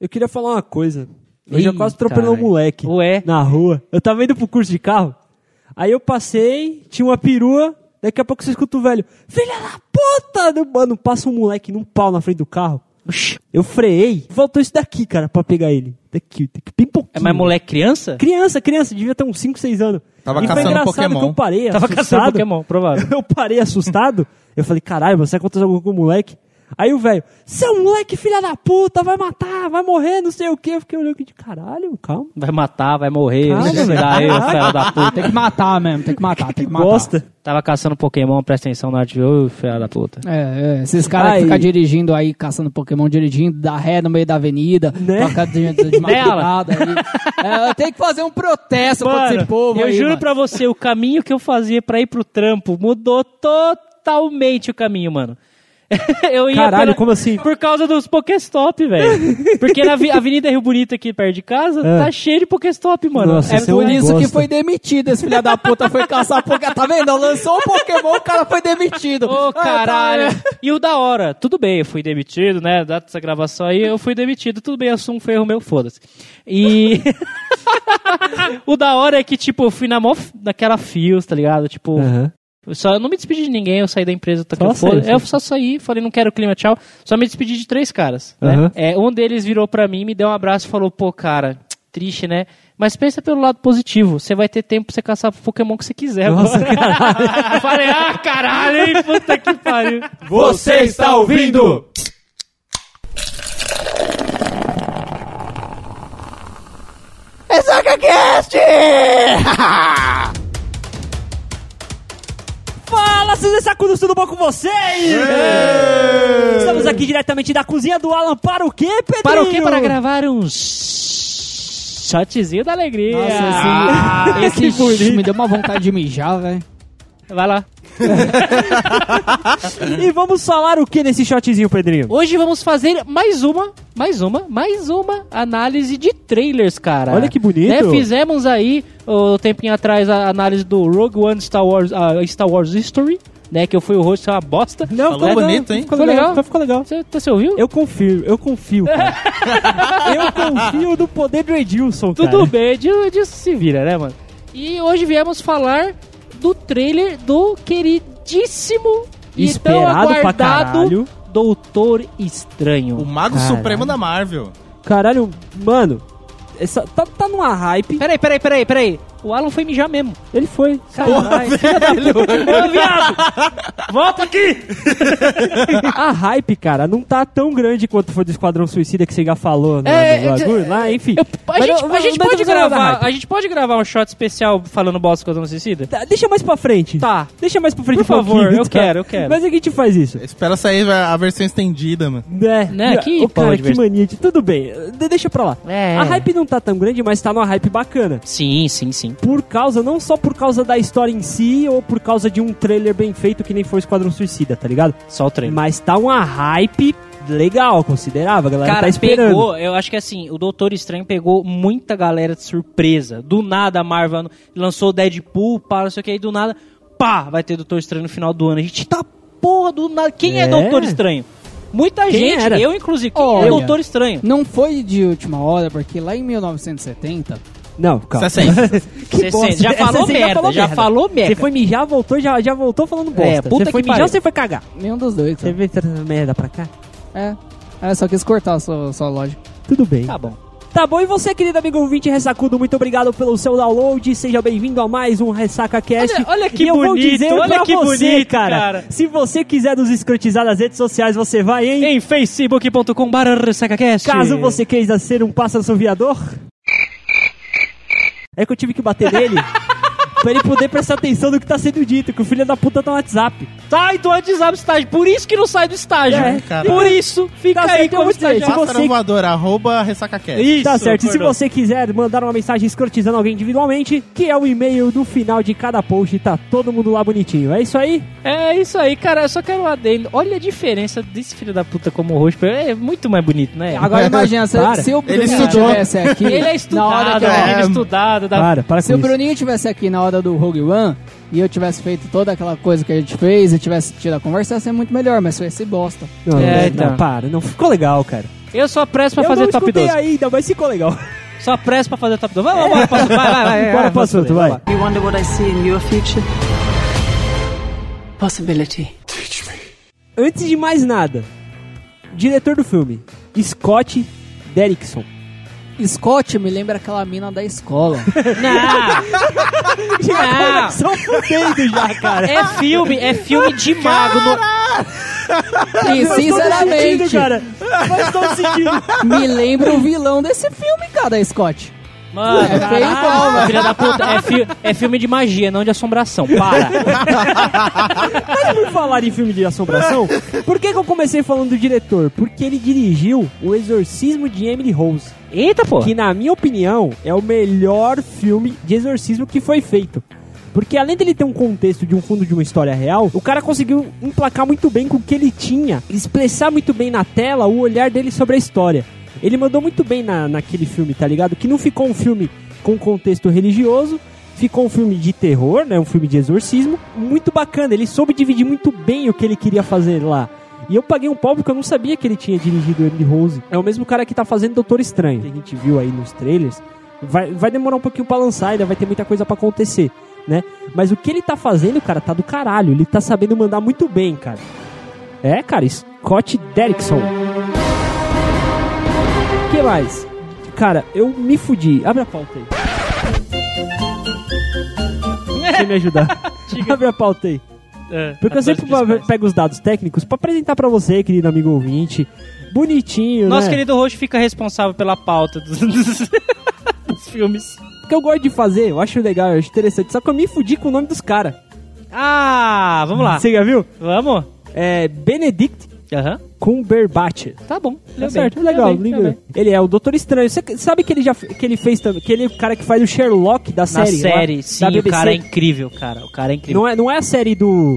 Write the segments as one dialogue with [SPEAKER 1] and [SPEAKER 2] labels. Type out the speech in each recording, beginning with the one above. [SPEAKER 1] Eu queria falar uma coisa. Eu já
[SPEAKER 2] Ih,
[SPEAKER 1] quase atropelei um
[SPEAKER 2] caralho.
[SPEAKER 1] moleque
[SPEAKER 2] Ué.
[SPEAKER 1] na rua. Eu tava indo pro curso de carro. Aí eu passei, tinha uma perua. Daqui a pouco você escuta o velho. Filha da puta! do- Mano, passa um moleque num pau na frente do carro. Eu freiei. Faltou isso daqui, cara, pra pegar ele. Daqui, daqui bem pouquinho.
[SPEAKER 2] É mais moleque criança?
[SPEAKER 1] Criança, criança, devia ter uns 5, 6 anos.
[SPEAKER 3] Tava
[SPEAKER 1] e foi
[SPEAKER 3] caçando
[SPEAKER 1] engraçado
[SPEAKER 3] Pokémon.
[SPEAKER 1] que eu parei
[SPEAKER 2] Tava
[SPEAKER 1] assustado.
[SPEAKER 2] caçando Pokémon, provável.
[SPEAKER 1] Eu parei assustado. Eu falei, caralho, mano, será que aconteceu alguma coisa com o moleque? Aí o velho, seu moleque, filha da puta, vai matar, vai morrer, não sei o quê. Eu fiquei olhando aqui de caralho, calma.
[SPEAKER 2] Vai matar, vai morrer,
[SPEAKER 1] Calma,
[SPEAKER 2] se
[SPEAKER 1] velho.
[SPEAKER 2] dá eu, filha da puta.
[SPEAKER 4] Tem que matar mesmo, tem que matar, tem que matar.
[SPEAKER 1] Bosta.
[SPEAKER 2] Tava caçando Pokémon, presta atenção na hora de ver, ô, filha da puta.
[SPEAKER 4] É, é, esses caras
[SPEAKER 1] Aí.
[SPEAKER 4] que ficam dirigindo aí, caçando Pokémon, dirigindo, da ré no meio da avenida,
[SPEAKER 1] Né?
[SPEAKER 4] tocando de, de madrugada aí. É, eu tenho que fazer um protesto contra esse povo
[SPEAKER 2] eu
[SPEAKER 4] aí,
[SPEAKER 2] juro
[SPEAKER 4] mano.
[SPEAKER 2] pra você, o caminho que eu fazia pra ir pro trampo mudou totalmente o caminho, mano. eu ia
[SPEAKER 1] Caralho,
[SPEAKER 2] pela-
[SPEAKER 1] como assim?
[SPEAKER 2] Por causa dos Pokéstop, velho. Porque na avi- Avenida Rio Bonito aqui perto de casa, tá cheio de Pokéstop, mano.
[SPEAKER 1] Nossa,
[SPEAKER 2] é
[SPEAKER 1] esse
[SPEAKER 4] Por
[SPEAKER 1] é um
[SPEAKER 4] isso
[SPEAKER 1] bosta.
[SPEAKER 4] que foi demitido, esse filho da puta foi caçar Pokémon. Tá vendo? Lançou um Pokémon, o cara foi demitido.
[SPEAKER 2] Ô,
[SPEAKER 4] Ah, tá,
[SPEAKER 2] caralho.
[SPEAKER 4] né?
[SPEAKER 2] E o da hora, tudo bem, eu fui demitido, né? Data dessa gravação aí, eu fui demitido, tudo bem, assumo foi erro meu, foda-se. E. o da hora é que, tipo, eu fui na mó, f- naquela fios, tá ligado? Tipo,
[SPEAKER 1] Aham.
[SPEAKER 2] eu só, eu não me despedi de ninguém, eu saí da empresa, tá
[SPEAKER 1] Só
[SPEAKER 2] eu, foda.
[SPEAKER 1] saiu,
[SPEAKER 2] eu só saí, falei, não quero clima, tchau. Só me despedi de três caras. né?
[SPEAKER 1] Aham.
[SPEAKER 2] É, um deles virou pra mim, me deu um abraço e falou, pô, cara. Triste, né? Mas pensa pelo lado positivo. Você vai ter tempo pra você caçar Pokémon que você quiser.
[SPEAKER 1] Nossa,
[SPEAKER 2] agora." Eu falei, ah, caralho, hein? Puta que pariu.
[SPEAKER 5] Você está ouvindo?
[SPEAKER 1] Fala, seus sacudos, tudo bom com vocês? Estamos aqui diretamente da cozinha do Alan para o quê, Pedrinho?
[SPEAKER 2] Para o quê? Para gravar um shotzinho da alegria.
[SPEAKER 4] Nossa, assim,
[SPEAKER 1] Ah,
[SPEAKER 4] esse me deu uma vontade de mijar, velho.
[SPEAKER 2] Vai lá.
[SPEAKER 1] E vamos falar o que nesse shotzinho, Pedrinho?
[SPEAKER 2] Hoje vamos fazer mais uma, mais uma, mais uma análise de trailers, cara.
[SPEAKER 1] Olha que bonito.
[SPEAKER 2] Né, Fizemos aí, o tempinho atrás, a análise do Rogue One Star Wars, a Star Wars History, né? Que eu fui o rosto, é uma bosta.
[SPEAKER 1] Não,
[SPEAKER 3] Falou bonito, hein?
[SPEAKER 1] Ficou
[SPEAKER 2] Ficou
[SPEAKER 1] legal, Então
[SPEAKER 2] legal.
[SPEAKER 1] ficou legal.
[SPEAKER 2] Você, você ouviu?
[SPEAKER 1] Eu confio, eu confio, cara. eu confio no poder do Edilson, cara.
[SPEAKER 2] Tudo bem, disso, disso se vira, né, mano? E hoje viemos falar do trailer do queridíssimo e tão
[SPEAKER 1] Esperado pra
[SPEAKER 2] Então, aguardado
[SPEAKER 1] caralho.
[SPEAKER 2] Doutor
[SPEAKER 3] O
[SPEAKER 2] Estranho.
[SPEAKER 3] Mago
[SPEAKER 1] Caralho.
[SPEAKER 3] Supremo da Marvel.
[SPEAKER 1] Caralho, mano, essa, tá, tá numa hype.
[SPEAKER 2] Peraí, peraí, peraí, peraí. O Alan foi mijar mesmo.
[SPEAKER 1] Ele foi.
[SPEAKER 2] Caralho, filha da
[SPEAKER 1] É,
[SPEAKER 2] puta. Ô, viado! Volta aqui!
[SPEAKER 1] A hype, cara, não tá tão grande quanto foi do Esquadrão Suicida que você já falou no,
[SPEAKER 2] É,
[SPEAKER 1] no bagulho lá, enfim.
[SPEAKER 2] Eu- a,
[SPEAKER 1] Mas
[SPEAKER 2] gente,
[SPEAKER 1] não-
[SPEAKER 2] a gente
[SPEAKER 1] não
[SPEAKER 2] pode
[SPEAKER 1] estamos falando da
[SPEAKER 2] gravar,
[SPEAKER 1] hype.
[SPEAKER 2] a gente pode gravar um shot especial falando bosta contra o suicida?
[SPEAKER 1] Tá, deixa mais pra frente.
[SPEAKER 2] Tá.
[SPEAKER 1] Deixa mais pra frente
[SPEAKER 2] Por
[SPEAKER 1] um pouquinho,
[SPEAKER 2] favor, eu
[SPEAKER 1] tá?
[SPEAKER 2] quero, eu quero.
[SPEAKER 1] Mas é que a gente faz isso.
[SPEAKER 3] Espera sair a a versão estendida, mano.
[SPEAKER 1] Né?
[SPEAKER 2] Né, que
[SPEAKER 1] Ô, cara,
[SPEAKER 2] pode
[SPEAKER 1] que
[SPEAKER 2] ver-
[SPEAKER 1] mania de... Tudo bem, de- deixa pra lá.
[SPEAKER 2] É.
[SPEAKER 1] A hype não tá tão grande, mas tá numa hype bacana.
[SPEAKER 2] Sim, sim, sim.
[SPEAKER 1] por causa, não só por causa da história em si ou por causa de um trailer bem feito que nem foi o Esquadrão Suicida, tá ligado?
[SPEAKER 2] Só o trailer.
[SPEAKER 1] Mas tá uma hype legal, considerável, a galera tá esperando.
[SPEAKER 2] pegou, eu acho que assim, o Doutor Estranho pegou muita galera de surpresa. Do nada a Marvel lançou o Deadpool, pá, não sei o que, aí do nada, pá, vai ter Doutor Estranho no final do ano. A gente tá porra do nada. Quem é,
[SPEAKER 1] É.
[SPEAKER 2] Doutor Estranho? Muita
[SPEAKER 1] Quem
[SPEAKER 2] gente,
[SPEAKER 1] era?
[SPEAKER 2] eu inclusive, quem é
[SPEAKER 4] Olha.
[SPEAKER 2] Doutor Estranho?
[SPEAKER 4] Não foi de última hora, porque lá em 1970,
[SPEAKER 1] Não, calma.
[SPEAKER 3] 60.
[SPEAKER 2] Você sente- já
[SPEAKER 1] Essa
[SPEAKER 2] falou
[SPEAKER 1] você
[SPEAKER 2] merda, já falou merda.
[SPEAKER 1] Você foi mijar, voltou, já, já voltou falando bosta.
[SPEAKER 2] É, puta
[SPEAKER 1] você foi
[SPEAKER 2] que
[SPEAKER 1] mijar
[SPEAKER 2] pariu.
[SPEAKER 1] ou você foi cagar?
[SPEAKER 4] nenhum dos dois.
[SPEAKER 1] Você
[SPEAKER 4] Né?
[SPEAKER 1] veio trazendo merda pra cá?
[SPEAKER 4] É, é, só quis cortar a sua, sua lógica.
[SPEAKER 1] Tudo bem.
[SPEAKER 2] Tá bom.
[SPEAKER 1] Tá bom, e você, querido amigo ouvinte ressacudo, muito obrigado pelo seu download. Seja bem-vindo a mais um Ressaca Cast.
[SPEAKER 2] Olha- olha que
[SPEAKER 1] e eu vou
[SPEAKER 2] bonito,
[SPEAKER 1] dizer
[SPEAKER 2] olha
[SPEAKER 1] pra
[SPEAKER 2] que
[SPEAKER 1] você,
[SPEAKER 2] bonito,
[SPEAKER 1] cara,
[SPEAKER 2] cara.
[SPEAKER 1] Se você quiser nos escrotizar nas redes sociais, você vai, hein?
[SPEAKER 2] Em facebook.com ressacacast.
[SPEAKER 1] Caso você queira ser um pássaro soviador. É que eu tive que bater nele pra ele poder prestar atenção no que tá sendo dito, que o filho da puta tá no WhatsApp.
[SPEAKER 2] sai do WhatsApp do estágio, por isso que não sai do estágio. né?
[SPEAKER 1] É,
[SPEAKER 3] cara.
[SPEAKER 2] Por isso, fica
[SPEAKER 1] Tá
[SPEAKER 2] aí
[SPEAKER 1] certo, eu
[SPEAKER 2] como
[SPEAKER 1] vou dizer,
[SPEAKER 2] estágio.
[SPEAKER 1] se você-
[SPEAKER 3] Pássaro voador, arroba ressacacast.
[SPEAKER 2] Isso,
[SPEAKER 1] tá certo. E se
[SPEAKER 2] acordou.
[SPEAKER 1] você quiser mandar uma mensagem escrotizando alguém individualmente, que é o e-mail do final de cada post, tá todo mundo lá bonitinho. É isso aí?
[SPEAKER 2] É isso aí, cara. Eu só quero um adendo. Olha a diferença desse filho da puta como rosto. É muito mais bonito, né?
[SPEAKER 4] Agora imagina, se,
[SPEAKER 1] Para.
[SPEAKER 4] se o
[SPEAKER 3] Ele
[SPEAKER 4] Bruninho
[SPEAKER 3] estudou.
[SPEAKER 4] tivesse aqui...
[SPEAKER 2] ele é
[SPEAKER 4] na hora
[SPEAKER 2] estudado,
[SPEAKER 4] que eu-
[SPEAKER 2] ele é estudado. Da...
[SPEAKER 1] Para, para
[SPEAKER 4] Se
[SPEAKER 1] com
[SPEAKER 4] o
[SPEAKER 1] isso.
[SPEAKER 4] Bruninho tivesse aqui na hora do Rogue One e eu tivesse feito toda aquela coisa que a gente fez e tivesse tido a conversa, ia ser muito melhor, mas foi esse bosta.
[SPEAKER 1] Não,
[SPEAKER 2] É,
[SPEAKER 1] não,
[SPEAKER 2] então.
[SPEAKER 1] não, para. Não ficou legal, cara.
[SPEAKER 2] Eu só presto pra
[SPEAKER 1] eu
[SPEAKER 2] fazer
[SPEAKER 1] não
[SPEAKER 2] top
[SPEAKER 1] escutei
[SPEAKER 2] 12.
[SPEAKER 1] ainda, mas ficou legal.
[SPEAKER 2] Só presto pra fazer top 12. Vamos, bora, pra- vai, vai, vai.
[SPEAKER 1] Bora pro
[SPEAKER 2] vai,
[SPEAKER 1] assunto, vai.
[SPEAKER 6] You wonder what I see in your future? Possibility.
[SPEAKER 1] Antes de mais nada, diretor do filme, Scott Derrickson.
[SPEAKER 4] Scott me lembra aquela mina da escola.
[SPEAKER 2] Não,
[SPEAKER 1] Já começou fudendo já, cara.
[SPEAKER 2] é filme, é filme de mago. No...
[SPEAKER 4] E
[SPEAKER 1] Sinceramente,
[SPEAKER 4] sinceramente,
[SPEAKER 1] cara. Mas tô sentindo.
[SPEAKER 4] me lembra o vilão desse filme, cara, Scott.
[SPEAKER 2] Mano,
[SPEAKER 4] É feio igual,
[SPEAKER 2] caralho, filha da puta. É, fi- é filme de magia, não de assombração. Para.
[SPEAKER 1] Por falar em filme de assombração, por que, que eu comecei falando do diretor? Porque ele dirigiu O Exorcismo de Emily Rose,
[SPEAKER 2] Eita, pô.
[SPEAKER 1] que na minha opinião é o melhor filme de exorcismo que foi feito. Porque além dele ter um contexto de um fundo de uma história real, o cara conseguiu emplacar muito bem com o que ele tinha, expressar muito bem na tela o olhar dele sobre a história. Ele mandou muito bem na, naquele filme, tá ligado? Que não ficou um filme com contexto religioso, ficou um filme de terror, né? Um filme de exorcismo. Muito bacana, ele soube dividir muito bem o que ele queria fazer lá. E eu paguei um pau porque eu não sabia que ele tinha dirigido Emily Rose. É o mesmo cara que tá fazendo Doutor Estranho, que a gente viu aí nos trailers. Vai, vai demorar um pouquinho pra lançar, ainda vai ter muita coisa pra acontecer, né? Mas o que ele tá fazendo, cara, tá do caralho. Ele tá sabendo mandar muito bem, cara. É, cara, Scott Derrickson. O que mais? Cara, eu me fudi. Abre a pauta aí. Você me ajudar. Abre a pauta aí.
[SPEAKER 2] É,
[SPEAKER 1] Porque eu sempre pego os dados técnicos pra apresentar pra você, querido amigo ouvinte. Bonitinho,
[SPEAKER 2] Nosso
[SPEAKER 1] né?
[SPEAKER 2] querido roxo fica responsável pela pauta dos, dos- dos filmes.
[SPEAKER 1] O que eu gosto de fazer, eu acho legal, eu acho interessante. Só que eu me fudi com o nome dos caras.
[SPEAKER 2] Ah, vamos lá.
[SPEAKER 1] Você já viu?
[SPEAKER 2] Vamos?
[SPEAKER 1] É Benedict
[SPEAKER 2] Aham.
[SPEAKER 1] Cumberbatch.
[SPEAKER 2] Tá bom.
[SPEAKER 1] Tá certo, legal, lindo. Ele é o Doutor Estranho. Você sabe que ele já que ele fez também, que ele é o cara que faz o Sherlock da
[SPEAKER 2] Na
[SPEAKER 1] série.
[SPEAKER 2] série,
[SPEAKER 1] lá, da
[SPEAKER 2] sim, o
[SPEAKER 1] BBC.
[SPEAKER 2] cara é incrível, cara. O cara é incrível.
[SPEAKER 1] Não é, não é a série do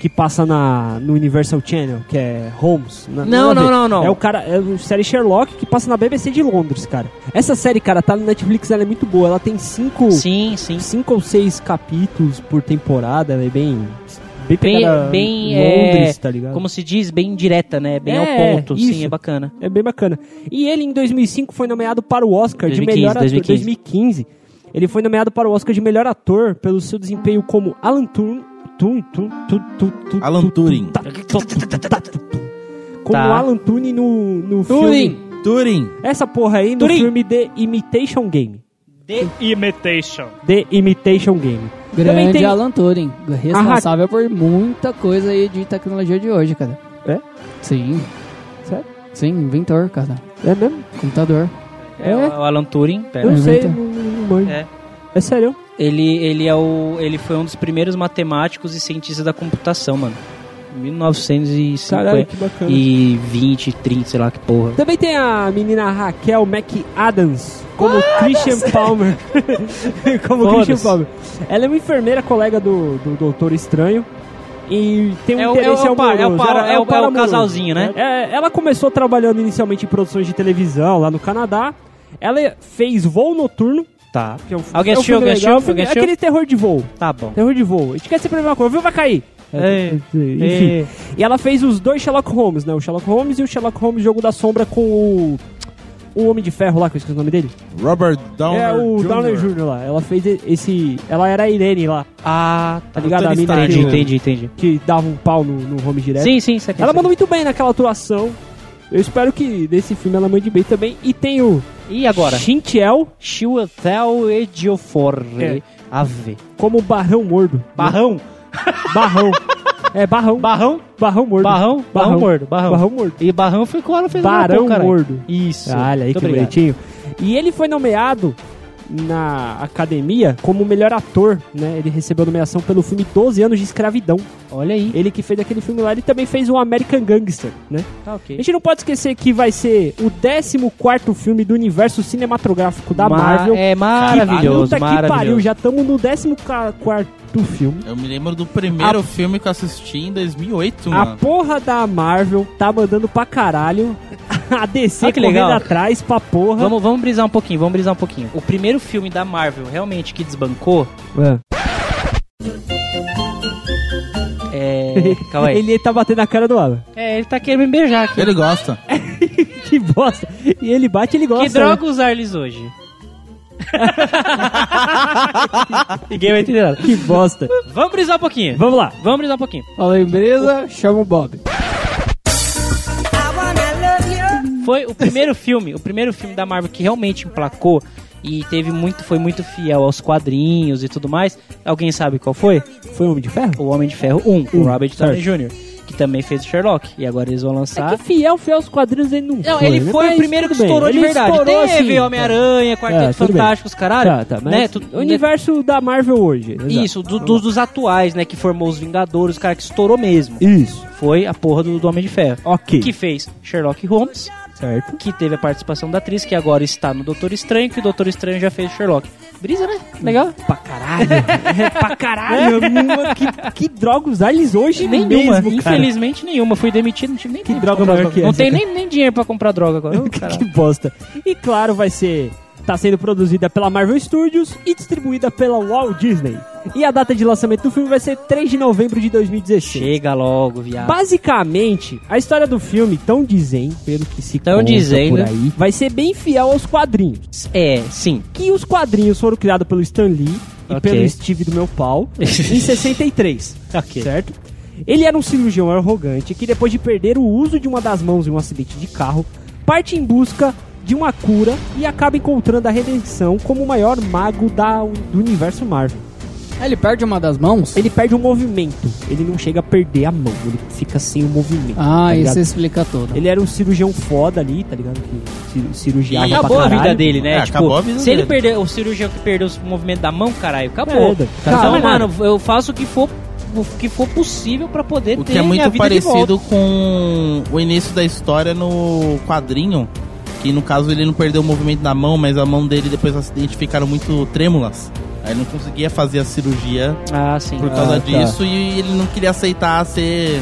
[SPEAKER 1] que passa na no Universal Channel, que é Holmes. N- nada
[SPEAKER 2] Não,
[SPEAKER 1] a
[SPEAKER 2] não,
[SPEAKER 1] ver.
[SPEAKER 2] não, não.
[SPEAKER 1] É o cara, é a série Sherlock que passa na BBC de Londres, cara. Essa série, cara, tá no Netflix, ela é muito boa. Ela tem cinco,
[SPEAKER 2] Sim, sim.
[SPEAKER 1] cinco ou seis capítulos por temporada, ela é bem bem
[SPEAKER 2] Bem,
[SPEAKER 1] pegada
[SPEAKER 2] bem
[SPEAKER 1] Londres,
[SPEAKER 2] é,
[SPEAKER 1] tá ligado?
[SPEAKER 2] como se diz, bem direta, né? Bem ao
[SPEAKER 1] É,
[SPEAKER 2] ponto,
[SPEAKER 1] isso.
[SPEAKER 2] sim, é bacana.
[SPEAKER 1] É bem bacana. E ele, em 2005, foi nomeado para o Oscar de
[SPEAKER 2] 2015,
[SPEAKER 1] melhor ator.
[SPEAKER 2] 2015.
[SPEAKER 1] 2015. Ele foi nomeado para o Oscar de melhor ator pelo seu desempenho como Alan Turing. Turing, Turing, Turing, Turing, Turing,
[SPEAKER 3] Alan
[SPEAKER 1] Turing,
[SPEAKER 3] Turing.
[SPEAKER 1] tá, tá, tá, tá. Como
[SPEAKER 2] Tá.
[SPEAKER 1] Alan Turing no, no filme.
[SPEAKER 4] Turing.
[SPEAKER 3] Turing.
[SPEAKER 1] Essa porra aí no
[SPEAKER 2] Turing.
[SPEAKER 1] filme The Imitation Game.
[SPEAKER 2] The Imitation.
[SPEAKER 1] The Imitation Game. Também
[SPEAKER 4] Grande
[SPEAKER 1] tem-
[SPEAKER 4] Alan Turing. Responsável por muita coisa aí de tecnologia de hoje, cara.
[SPEAKER 1] É?
[SPEAKER 4] Sim.
[SPEAKER 1] Sério?
[SPEAKER 4] Sim, inventor, cara.
[SPEAKER 1] É mesmo?
[SPEAKER 4] Computador.
[SPEAKER 2] É,
[SPEAKER 1] É?
[SPEAKER 2] o Alan Turing. pera.
[SPEAKER 1] Eu não
[SPEAKER 4] É,
[SPEAKER 1] sei,
[SPEAKER 4] então.
[SPEAKER 1] não, não manjo.
[SPEAKER 2] É.
[SPEAKER 1] É sério?
[SPEAKER 2] Ele, ele, é o, ele foi um dos primeiros matemáticos e cientistas da computação, mano. 1950
[SPEAKER 1] Caralho, que bacana.
[SPEAKER 2] e 20, 30, sei lá que porra.
[SPEAKER 1] Também tem a menina Raquel McAdams, como Christian Palmer. como
[SPEAKER 2] Foda-se.
[SPEAKER 1] Christian Palmer. Ela é uma enfermeira, colega do, do Doutor Estranho. E tem um
[SPEAKER 2] É o-
[SPEAKER 1] interesse
[SPEAKER 2] é o par-
[SPEAKER 1] amoroso.
[SPEAKER 2] é o par- é o- é o
[SPEAKER 1] amoroso.
[SPEAKER 2] casalzinho, né?
[SPEAKER 1] É, ela começou trabalhando inicialmente em produções de televisão lá no Canadá. Ela fez Voo Noturno.
[SPEAKER 2] Tá.
[SPEAKER 1] Que é um,
[SPEAKER 2] Alguém
[SPEAKER 1] é um
[SPEAKER 2] assistiu?
[SPEAKER 1] filme legal,
[SPEAKER 2] Alguém assistiu?
[SPEAKER 1] é um filme-
[SPEAKER 2] Alguém assistiu?
[SPEAKER 1] Aquele terror de voo.
[SPEAKER 2] Tá bom.
[SPEAKER 1] Terror de voo. Esquece a primeira coisa. O avião vai cair.
[SPEAKER 2] É.
[SPEAKER 1] Enfim.
[SPEAKER 2] É.
[SPEAKER 1] E ela fez os dois Sherlock Holmes, né? O Sherlock Holmes e o Sherlock Holmes Jogo da Sombra com o. O Homem de Ferro lá, que eu esqueci o nome dele.
[SPEAKER 3] Robert Downer
[SPEAKER 1] é o
[SPEAKER 3] Jr.
[SPEAKER 1] Downer Jr. lá. Ela fez e- esse. Ela era a Irene lá,
[SPEAKER 2] Ah, tá.
[SPEAKER 1] tá ligado? A
[SPEAKER 3] Doutor
[SPEAKER 1] mina
[SPEAKER 2] Entendi,
[SPEAKER 3] Estranho.
[SPEAKER 1] que,
[SPEAKER 2] entendi, entendi.
[SPEAKER 1] que dava um pau no, no Home Direto.
[SPEAKER 2] Sim, sim, isso aqui.
[SPEAKER 1] Ela mandou muito bem naquela atuação. Eu espero que nesse filme ela mande bem também. E tem o
[SPEAKER 2] E agora?
[SPEAKER 1] Shintiel
[SPEAKER 2] Chiwetel Ejiofor.
[SPEAKER 1] É.
[SPEAKER 2] Ave.
[SPEAKER 1] como Barrão Mordo.
[SPEAKER 2] Barrão?
[SPEAKER 1] Barrão. É, Barrão.
[SPEAKER 2] Barrão?
[SPEAKER 1] barrão Mordo.
[SPEAKER 2] Barrão? Barrão mordo. Barrão.
[SPEAKER 1] Barrão Mordo.
[SPEAKER 2] E Barrão foi com ela, fez um
[SPEAKER 1] Barão
[SPEAKER 2] bom, caralho.
[SPEAKER 1] Mordo.
[SPEAKER 2] Isso.
[SPEAKER 1] Olha aí
[SPEAKER 2] Muito
[SPEAKER 1] que
[SPEAKER 2] obrigado.
[SPEAKER 1] bonitinho. E ele foi nomeado na academia como o melhor ator, né? Ele recebeu a nomeação pelo filme 12 anos de escravidão.
[SPEAKER 2] Olha aí.
[SPEAKER 1] Ele que fez aquele filme lá, ele também fez o American Gangster, né?
[SPEAKER 2] Tá
[SPEAKER 1] A
[SPEAKER 2] ok.
[SPEAKER 1] gente não pode esquecer que vai ser o 14º filme do universo cinematográfico da
[SPEAKER 2] Ma-
[SPEAKER 1] Marvel.
[SPEAKER 2] É maravilhoso,
[SPEAKER 1] que puta que pariu,
[SPEAKER 2] maravilhoso.
[SPEAKER 1] já estamos no 14º filme.
[SPEAKER 3] Eu me lembro do primeiro filme que eu assisti em 2008,
[SPEAKER 1] A
[SPEAKER 3] mano.
[SPEAKER 1] porra da Marvel tá mandando pra caralho. A DC
[SPEAKER 2] Olha Ah, que
[SPEAKER 1] correndo
[SPEAKER 2] legal.
[SPEAKER 1] atrás pra porra.
[SPEAKER 2] Vamos, vamos brisar um pouquinho, vamos brisar um pouquinho. O primeiro filme da Marvel realmente que desbancou
[SPEAKER 1] É.
[SPEAKER 2] é. Calma aí.
[SPEAKER 1] Ele tá batendo a cara do Alan.
[SPEAKER 2] É, ele tá querendo me beijar aqui.
[SPEAKER 3] Ele gosta.
[SPEAKER 1] que bosta. E ele bate, ele gosta. né?
[SPEAKER 2] Que droga usar eles hoje? Ninguém vai entender nada.
[SPEAKER 1] né? Que bosta.
[SPEAKER 2] Vamos brisar um pouquinho.
[SPEAKER 1] Vamos lá.
[SPEAKER 2] Vamos brisar um pouquinho.
[SPEAKER 4] Falei, beleza? Chama o Bob.
[SPEAKER 2] Foi o primeiro filme, o primeiro filme da Marvel que realmente emplacou e teve muito, foi muito fiel aos quadrinhos e tudo mais. Alguém sabe qual foi?
[SPEAKER 1] Foi Homem de Ferro?
[SPEAKER 2] O Homem de Ferro 1, o
[SPEAKER 1] Um,
[SPEAKER 2] Robert Downey Jr., que também fez o Sherlock. E agora eles vão lançar.
[SPEAKER 1] É que fiel, fiel aos quadrinhos ele não
[SPEAKER 2] Não, ele foi o
[SPEAKER 1] né? mas
[SPEAKER 2] primeiro que
[SPEAKER 1] tudo bem.
[SPEAKER 2] estourou de
[SPEAKER 1] Ele
[SPEAKER 2] verdade.
[SPEAKER 1] estourou,
[SPEAKER 2] Teve
[SPEAKER 1] assim,
[SPEAKER 2] Homem-Aranha, Quarteto
[SPEAKER 1] É, tudo bem.
[SPEAKER 2] Fantástico, os caralho.
[SPEAKER 1] Tá, tá, mas
[SPEAKER 2] né? Tu-
[SPEAKER 1] o universo da Marvel hoje. exato.
[SPEAKER 2] Isso, do- dos- dos atuais, né? Que formou os Vingadores, o cara que estourou mesmo.
[SPEAKER 1] Isso.
[SPEAKER 2] Foi a porra do, do Homem de Ferro.
[SPEAKER 1] Ok.
[SPEAKER 2] Que fez Sherlock Holmes,
[SPEAKER 1] Certo.
[SPEAKER 2] que teve a participação da atriz, que agora está no Doutor Estranho, que o Doutor Estranho já fez Sherlock. Brisa, né? Legal?
[SPEAKER 1] Pra caralho. é, pra caralho. Nenhuma- que, que droga usar eles hoje
[SPEAKER 2] Nenhuma.
[SPEAKER 1] mesmo, cara.
[SPEAKER 2] Infelizmente nenhuma. Fui demitido, não tive nem
[SPEAKER 1] Que
[SPEAKER 2] tempo
[SPEAKER 1] droga
[SPEAKER 2] pra comprar
[SPEAKER 1] maior que
[SPEAKER 2] Não
[SPEAKER 1] essa,
[SPEAKER 2] tem
[SPEAKER 1] cara.
[SPEAKER 2] nem, nem dinheiro pra comprar droga agora. Ô, caralho.
[SPEAKER 1] que bosta. E claro, vai ser. Tá sendo produzida pela Marvel Studios e distribuída pela Walt Disney. E a data de lançamento do filme vai ser 3 de novembro de 2016.
[SPEAKER 2] Chega logo, viado.
[SPEAKER 1] Basicamente, a história do filme, tão dizendo, pelo que se
[SPEAKER 2] Tão
[SPEAKER 1] conta
[SPEAKER 2] dizendo.
[SPEAKER 1] por aí, vai ser bem fiel aos quadrinhos.
[SPEAKER 2] É, sim.
[SPEAKER 1] Que os quadrinhos foram criados pelo Stan Lee e
[SPEAKER 2] Ok.
[SPEAKER 1] pelo Steve do meu pau em 63,
[SPEAKER 2] Ok.
[SPEAKER 1] certo? Ele era um cirurgião arrogante que depois de perder o uso de uma das mãos em um acidente de carro, parte em busca de uma cura e acaba encontrando a redenção como o maior mago da- do universo Marvel.
[SPEAKER 4] Ah, Ele perde uma das mãos?
[SPEAKER 1] Ele perde o movimento, ele não chega a perder a mão, ele fica sem o movimento.
[SPEAKER 4] Ah,
[SPEAKER 1] tá ligado?
[SPEAKER 4] isso explica tudo.
[SPEAKER 1] Ele era um cirurgião foda ali, tá ligado? Que cir- cirurgiava
[SPEAKER 3] E
[SPEAKER 1] pra
[SPEAKER 2] Acabou a
[SPEAKER 1] caralho.
[SPEAKER 2] vida dele, né?
[SPEAKER 3] É,
[SPEAKER 2] tipo,
[SPEAKER 3] acabou a vida
[SPEAKER 2] se ele
[SPEAKER 3] dele.
[SPEAKER 2] perder, o cirurgião que perdeu o movimento da mão, caralho, acabou.
[SPEAKER 1] Merda.
[SPEAKER 2] então,
[SPEAKER 1] Caralho.
[SPEAKER 2] mano, eu faço o que for, o que for possível pra poder
[SPEAKER 3] O
[SPEAKER 2] ter
[SPEAKER 3] que é
[SPEAKER 2] minha
[SPEAKER 3] muito
[SPEAKER 2] vida de volta.
[SPEAKER 3] parecido com o início da história no quadrinho. Que no caso ele não perdeu o movimento da mão, mas a mão dele depois do acidente ficaram muito trêmulas. Aí ele não conseguia fazer a cirurgia
[SPEAKER 2] Ah, sim.
[SPEAKER 3] por causa disso e ele não queria aceitar ser,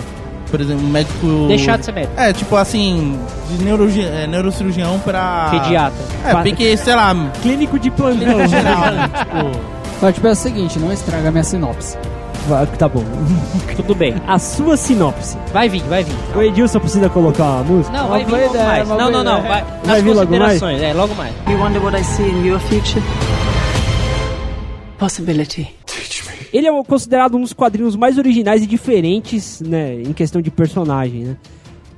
[SPEAKER 3] por exemplo, um médico.
[SPEAKER 2] Deixar de ser médico.
[SPEAKER 3] É, tipo assim, de neurogi- é, neurocirurgião
[SPEAKER 1] Ah.
[SPEAKER 3] pra.
[SPEAKER 2] Pediatra.
[SPEAKER 3] É, porque, sei lá,
[SPEAKER 1] Clínico de plantão.
[SPEAKER 3] clínica geral, né? tipo.
[SPEAKER 4] Só tipo é o seguinte, não estraga minha sinopse.
[SPEAKER 1] Vai, tá bom.
[SPEAKER 2] Tudo bem.
[SPEAKER 1] A sua sinopse.
[SPEAKER 2] Vai vir, vai vir.
[SPEAKER 1] O Edilson precisa colocar uma música?
[SPEAKER 2] Não, vai vir
[SPEAKER 4] boa
[SPEAKER 2] logo
[SPEAKER 4] ideia,
[SPEAKER 2] mais.
[SPEAKER 4] uma
[SPEAKER 2] Não, não,
[SPEAKER 4] boa
[SPEAKER 2] não.
[SPEAKER 4] ideia.
[SPEAKER 2] Vai,
[SPEAKER 1] Vai
[SPEAKER 2] nas
[SPEAKER 1] vir logo mais?
[SPEAKER 2] considerações. É, logo mais.
[SPEAKER 6] You wonder what I see in your future? Possibility.
[SPEAKER 1] Ele é considerado um dos quadrinhos mais originais e diferentes, né, em questão de personagem, né?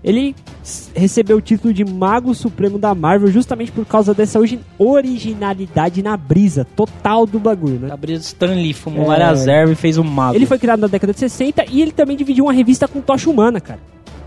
[SPEAKER 1] Ele s- recebeu o título de Mago Supremo da Marvel justamente por causa dessa origi- originalidade na brisa total do bagulho, né?
[SPEAKER 2] A brisa do Stanley fumou
[SPEAKER 1] É.
[SPEAKER 2] é. a reserva e fez um mago.
[SPEAKER 1] Ele foi criado na década de 60 e ele também dividiu uma revista com Tocha Humana, cara.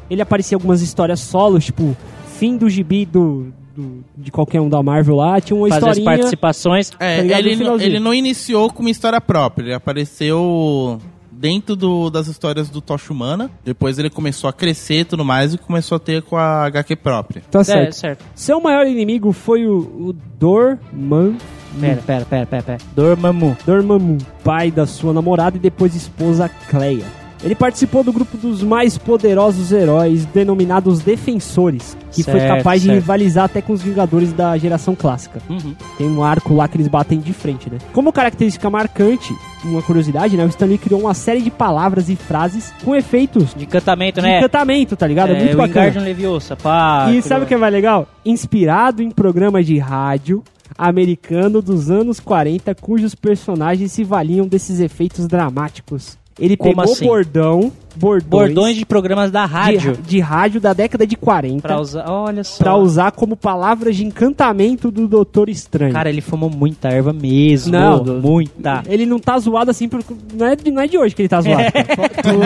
[SPEAKER 1] Ele aparecia em algumas histórias solos, tipo, fim do gibi do, do- de qualquer um da Marvel lá. Tinha uma
[SPEAKER 2] fazer as
[SPEAKER 1] historinha...
[SPEAKER 2] participações.
[SPEAKER 3] É,
[SPEAKER 1] Tá ligado?
[SPEAKER 3] ele,
[SPEAKER 1] No
[SPEAKER 3] não-
[SPEAKER 1] finalzinho.
[SPEAKER 3] ele não iniciou com uma história própria, ele apareceu dentro do- das histórias do Tocha Humana, depois ele começou a crescer e tudo mais e começou a ter com a HQ própria.
[SPEAKER 1] Tá
[SPEAKER 2] É,
[SPEAKER 1] certo.
[SPEAKER 2] certo.
[SPEAKER 1] Seu maior inimigo foi o, o Dorman,
[SPEAKER 2] Pera, pera, pera, pera, pera. Dormammu.
[SPEAKER 1] Dormammu, pai da sua namorada e depois esposa Cleia. Ele participou do grupo dos mais poderosos heróis, denominados Defensores, que foi
[SPEAKER 2] Certo,
[SPEAKER 1] capaz de
[SPEAKER 2] certo.
[SPEAKER 1] rivalizar até com os Vingadores da geração clássica.
[SPEAKER 2] Uhum.
[SPEAKER 1] Tem um arco lá que eles batem de frente, né? Como característica marcante, uma curiosidade, né? O Stanley criou uma série de palavras e frases com efeitos
[SPEAKER 2] De encantamento,
[SPEAKER 1] de
[SPEAKER 2] né?
[SPEAKER 1] encantamento, tá ligado? É, muito
[SPEAKER 2] o
[SPEAKER 1] bacana.
[SPEAKER 2] Wingardium Leviosa, pá.
[SPEAKER 1] E sabe o que é mais legal? Inspirado em programas de rádio americano dos anos 40, cujos personagens se valiam desses efeitos dramáticos. Ele
[SPEAKER 2] Como
[SPEAKER 1] pegou
[SPEAKER 2] assim?
[SPEAKER 1] bordão, bordões,
[SPEAKER 2] Bordões de programas da
[SPEAKER 1] de,
[SPEAKER 2] rádio.
[SPEAKER 1] de rádio da década de 40
[SPEAKER 2] Pra
[SPEAKER 1] pra,
[SPEAKER 2] usar. Olha só.
[SPEAKER 1] usar como palavras de encantamento do Doutor Estranho.
[SPEAKER 2] Cara, é. ele fumou muita erva mesmo.
[SPEAKER 1] Não,
[SPEAKER 2] muita.
[SPEAKER 1] Ele não tá zoado assim, porque não é, de- não é de hoje que ele tá zoado. cara.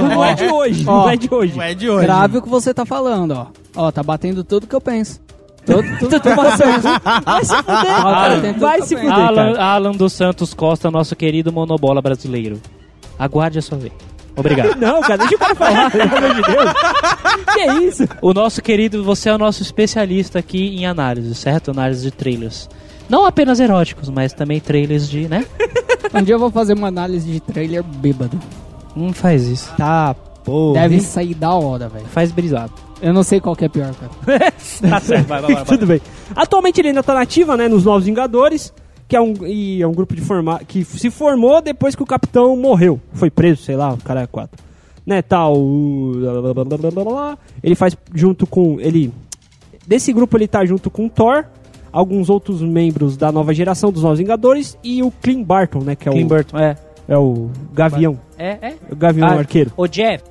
[SPEAKER 1] não é de hoje, não é de hoje.
[SPEAKER 3] Não é de hoje.
[SPEAKER 4] Grave o que você tá falando, ó. Ó, tá batendo tudo que eu penso. Tudo, tudo que eu penso.
[SPEAKER 1] Vai se fuder,
[SPEAKER 4] Alan,
[SPEAKER 1] cara. Vai se fuder,
[SPEAKER 2] Alan,
[SPEAKER 1] É cara.
[SPEAKER 2] Alan dos Santos Costa, nosso querido monobola brasileiro. Aguarde a sua vez. Obrigado.
[SPEAKER 1] Não, cara, deixa o cara falar, pelo amor de Deus. Que isso?
[SPEAKER 2] o nosso querido, você é o nosso especialista aqui em análise, certo? Análise de trailers. Não apenas eróticos, mas também trailers de, né?
[SPEAKER 4] Um dia eu vou fazer uma análise de trailer bêbado.
[SPEAKER 1] Hum,
[SPEAKER 2] Não faz isso.
[SPEAKER 1] Tá, pô.
[SPEAKER 4] Deve sair da hora, velho.
[SPEAKER 2] Faz brisado.
[SPEAKER 4] Eu não sei qual que é pior, cara.
[SPEAKER 2] Tá certo, vai, vai, vai. vai.
[SPEAKER 1] Tudo bem. Atualmente ele ainda tá nativa, né, nos Novos Vingadores, que é um, e é um grupo de forma, que se formou depois que o capitão morreu. Foi preso, sei lá, o cara é quatro. Né, tal. o- Ele faz junto com. Ele Desse grupo ele tá junto com o Thor, alguns outros membros da nova geração dos Novos Vingadores e o Clint Barton, né? Que é,
[SPEAKER 2] Tim
[SPEAKER 1] o,
[SPEAKER 2] Burton, é.
[SPEAKER 1] é o Gavião.
[SPEAKER 2] É, é.
[SPEAKER 1] O Gavião
[SPEAKER 2] Ah,
[SPEAKER 1] Arqueiro.
[SPEAKER 2] Ô, Jeff,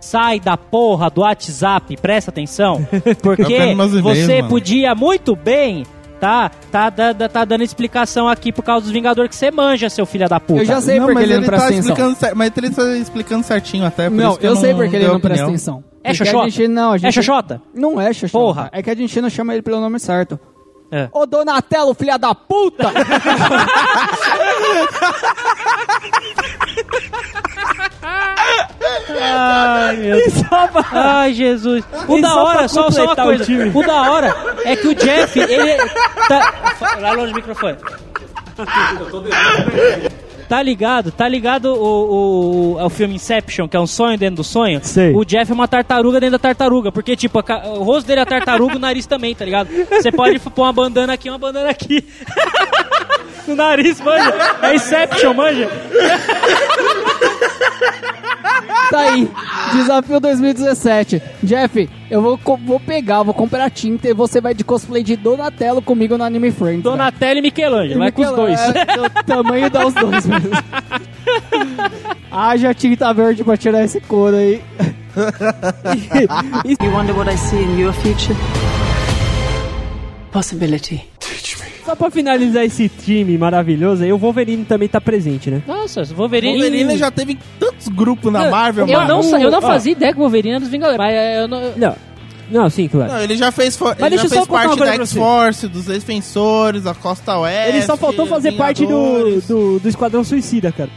[SPEAKER 2] sai da porra do WhatsApp, presta atenção,
[SPEAKER 3] Eu
[SPEAKER 2] porque
[SPEAKER 3] pego meus e-mails,
[SPEAKER 2] você
[SPEAKER 3] mano.
[SPEAKER 2] podia muito bem, tá? Tá, da- da- tá dando explicação aqui por causa dos Vingadores que você manja, seu filho da puta.
[SPEAKER 4] Eu já sei porque
[SPEAKER 3] mas
[SPEAKER 4] ele não presta
[SPEAKER 3] tá
[SPEAKER 4] atenção.
[SPEAKER 3] explicando, cer- mas ele tá explicando certinho até. É por
[SPEAKER 4] Não,
[SPEAKER 3] isso que
[SPEAKER 4] eu sei
[SPEAKER 3] não
[SPEAKER 4] porque ele
[SPEAKER 3] dei
[SPEAKER 4] não presta
[SPEAKER 3] opinião.
[SPEAKER 4] atenção.
[SPEAKER 2] É
[SPEAKER 4] Porque a
[SPEAKER 2] xoxota?
[SPEAKER 4] gente- Não, a gente...
[SPEAKER 2] É xoxota?
[SPEAKER 4] Não é xoxota.
[SPEAKER 2] Porra.
[SPEAKER 4] É que a gente não chama ele pelo nome certo.
[SPEAKER 2] É.
[SPEAKER 4] Ô, Donatello, filha da puta!
[SPEAKER 2] Ai, meu Deus. Ai, Jesus. O
[SPEAKER 1] E
[SPEAKER 2] da
[SPEAKER 1] só
[SPEAKER 2] hora,
[SPEAKER 1] pra
[SPEAKER 2] só, só uma
[SPEAKER 1] completar o
[SPEAKER 2] coisa.
[SPEAKER 1] time.
[SPEAKER 2] O, da hora é que o Jeff, ele. Tá... Fa- Lá longe do microfone. Tá ligado, tá ligado o, o, o filme Inception, que é um sonho dentro do sonho?
[SPEAKER 1] Sei.
[SPEAKER 2] O Jeff é uma tartaruga dentro da tartaruga, porque, tipo, a ca- o rosto dele é tartaruga, o nariz também, tá ligado? Você pode pôr uma bandana aqui, uma bandana aqui. no nariz, manja. É Inception, manja.
[SPEAKER 4] Tá aí. Desafio 2017. Jeff, eu vou, co- vou pegar, vou comprar tinta e você vai de cosplay de Donatello comigo no Anime Friends. velho.
[SPEAKER 2] Donatello e Michelangelo, vai com os dois.
[SPEAKER 4] É, o tamanho dá os dois mesmo. Haja tinta verde pra tirar esse couro aí.
[SPEAKER 6] You wonder what I see in your future? Possibility.
[SPEAKER 1] Só pra finalizar esse time maravilhoso, aí o Wolverine também tá presente, né?
[SPEAKER 2] Nossa, Wolverine.
[SPEAKER 3] Wolverine já teve tantos grupos na Marvel,
[SPEAKER 2] eu
[SPEAKER 3] mano.
[SPEAKER 2] não, sa- eu não
[SPEAKER 1] Ó.
[SPEAKER 2] fazia ideia que o Wolverine era dos Vingadores. Mas eh, eu não.
[SPEAKER 1] Não. Não, sim, claro.
[SPEAKER 3] Não, ele já fez, fo- ele
[SPEAKER 1] deixa
[SPEAKER 3] já
[SPEAKER 1] eu só
[SPEAKER 3] fez
[SPEAKER 1] contar uma
[SPEAKER 3] parte
[SPEAKER 1] coisa
[SPEAKER 3] da
[SPEAKER 1] pra você.
[SPEAKER 3] X-Force, dos Defensores, da Costa Oeste.
[SPEAKER 1] Ele só faltou fazer parte do,
[SPEAKER 3] Vingadores.
[SPEAKER 1] do, do Esquadrão Suicida, cara.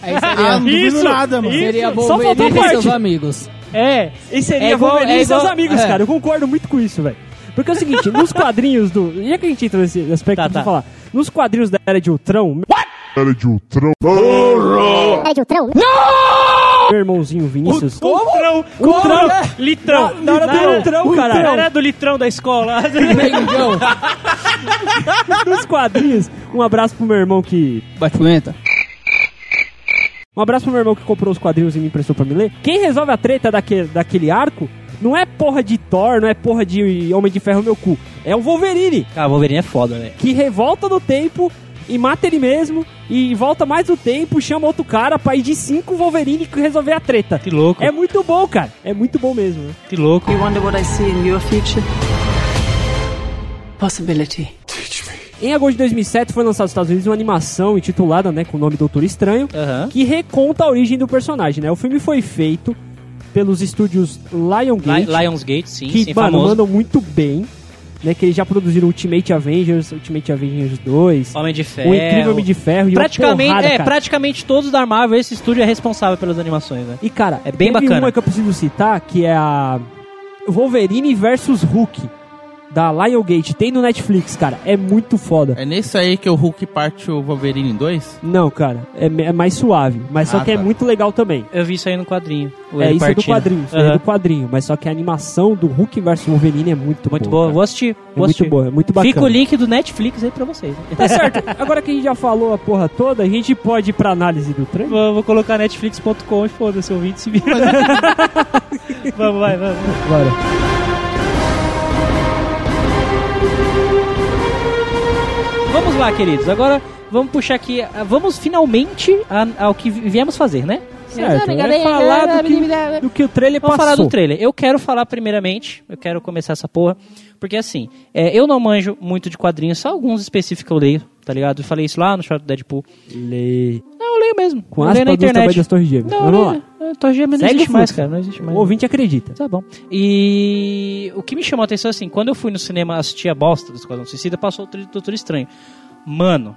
[SPEAKER 4] Aí
[SPEAKER 3] Ah, não
[SPEAKER 4] seria,
[SPEAKER 3] duvido
[SPEAKER 2] Isso,
[SPEAKER 3] nada, mano.
[SPEAKER 4] seria
[SPEAKER 1] Só faltou
[SPEAKER 4] Wolverine e
[SPEAKER 1] parte.
[SPEAKER 4] seus amigos.
[SPEAKER 2] É.
[SPEAKER 1] E seria
[SPEAKER 2] É igual-
[SPEAKER 1] Wolverine
[SPEAKER 2] é
[SPEAKER 1] e seus
[SPEAKER 2] igual-
[SPEAKER 1] amigos,
[SPEAKER 4] é.
[SPEAKER 1] cara. Eu concordo muito com isso, velho. Porque é o seguinte, nos quadrinhos do... Já que a gente entra nesse aspecto,
[SPEAKER 2] Tá,
[SPEAKER 1] deixa eu
[SPEAKER 2] tá.
[SPEAKER 1] falar. Nos quadrinhos da Era de Ultron, meu
[SPEAKER 7] Era É de Ultrão?
[SPEAKER 1] irmãozinho Vinícius...
[SPEAKER 2] Ultrão,
[SPEAKER 3] é?
[SPEAKER 2] Ultrão, litrão.
[SPEAKER 1] Na- na hora do litrão, caralho.
[SPEAKER 2] Na hora do litrão da escola.
[SPEAKER 4] Pengão.
[SPEAKER 1] nos quadrinhos, um abraço pro meu irmão que...
[SPEAKER 4] Bate punheta.
[SPEAKER 1] Um abraço pro meu irmão que comprou os quadrinhos e me emprestou pra me ler. Quem resolve a treta daquele, daquele arco não é porra de Thor, não é porra de Homem de Ferro meu cu. É o Wolverine.
[SPEAKER 2] Cara, o Wolverine é foda, velho.
[SPEAKER 1] que revolta no tempo e mata ele mesmo e volta mais do tempo, chama outro cara pra ir de 5 Wolverine que resolver a treta.
[SPEAKER 2] Que louco,
[SPEAKER 1] É muito bom, cara. É muito bom mesmo. né?
[SPEAKER 2] que louco.
[SPEAKER 6] You wonder what I see in your future? Possibility.
[SPEAKER 1] Em agosto de 2007 foi lançado nos Estados Unidos uma animação intitulada, né, com o nome Doutor Estranho,
[SPEAKER 2] Aham.
[SPEAKER 1] que reconta a origem do personagem, né? O filme foi feito pelos estúdios Liongate,
[SPEAKER 2] Li- Lionsgate, sim,
[SPEAKER 1] que,
[SPEAKER 2] sim,
[SPEAKER 1] mano,
[SPEAKER 2] famoso.
[SPEAKER 1] mandam muito bem, né? Que eles já produziram Ultimate Avengers, Ultimate Avengers 2,
[SPEAKER 2] Homem de Ferro.
[SPEAKER 1] O Incrível Homem de Ferro e uma
[SPEAKER 2] é, Praticamente,
[SPEAKER 1] porrada,
[SPEAKER 2] é,
[SPEAKER 1] cara.
[SPEAKER 2] praticamente todos da Marvel, esse estúdio é responsável pelas animações, né?
[SPEAKER 1] E, cara,
[SPEAKER 2] É bem
[SPEAKER 1] teve
[SPEAKER 2] bacana.
[SPEAKER 1] uma que eu preciso citar, que é a Wolverine versus Hulk, da Liongate. Tem no Netflix, cara. É muito foda.
[SPEAKER 3] É nesse aí que o Hulk parte o Wolverine em dois?
[SPEAKER 1] Não, cara. É, me- é mais suave. Mas só
[SPEAKER 3] Ah,
[SPEAKER 1] que é
[SPEAKER 3] tá.
[SPEAKER 1] muito legal também.
[SPEAKER 2] Eu vi isso aí no quadrinho. o
[SPEAKER 1] é,
[SPEAKER 2] ele
[SPEAKER 1] isso é do
[SPEAKER 2] partindo.
[SPEAKER 1] quadrinho. Isso
[SPEAKER 2] Aham.
[SPEAKER 1] é do quadrinho. Mas só que a animação do Hulk versus Wolverine é muito
[SPEAKER 2] Muito
[SPEAKER 1] boa.
[SPEAKER 2] boa, vou assistir. Vou
[SPEAKER 1] É muito
[SPEAKER 2] assistir.
[SPEAKER 1] boa, é muito bacana.
[SPEAKER 2] Fica o link do Netflix aí pra vocês. né?
[SPEAKER 1] Tá certo. Agora que a gente já falou a porra toda, a gente pode ir pra análise do trem?
[SPEAKER 2] Vou, vou colocar netflix.com e foda-se, ouvinte se vira. vamos, vai, vamos.
[SPEAKER 1] Bora.
[SPEAKER 2] Vamos lá, queridos. Agora vamos puxar aqui. ah, Vamos finalmente a- ao que vi- viemos fazer, né?
[SPEAKER 1] Certo, é falar do que, do que o trailer
[SPEAKER 2] Vamos
[SPEAKER 1] passou.
[SPEAKER 2] falar do trailer. Eu quero falar primeiramente, eu quero começar essa porra, porque assim, é, eu não manjo muito de quadrinhos, só alguns específicos que eu leio, tá ligado? Eu falei isso lá no Shot Deadpool.
[SPEAKER 1] Lê.
[SPEAKER 2] Não, eu leio mesmo.
[SPEAKER 1] Com
[SPEAKER 2] eu
[SPEAKER 1] aspas
[SPEAKER 2] leio na
[SPEAKER 1] dos tamanhos das
[SPEAKER 2] internet.
[SPEAKER 1] torres gêmeas.
[SPEAKER 2] Não,
[SPEAKER 1] Vamos
[SPEAKER 2] eu
[SPEAKER 1] lá.
[SPEAKER 2] leio- eu Tô gêmeo não
[SPEAKER 1] Segue o
[SPEAKER 2] existe mais,
[SPEAKER 1] fluxo.
[SPEAKER 2] cara, não existe
[SPEAKER 1] O
[SPEAKER 2] mais.
[SPEAKER 1] ouvinte acredita.
[SPEAKER 2] Tá bom. E o que me chamou a atenção assim, quando eu fui no cinema assistir a bosta do Esquadrão Suicida, passou o trilho do Doutor Estranho. Mano,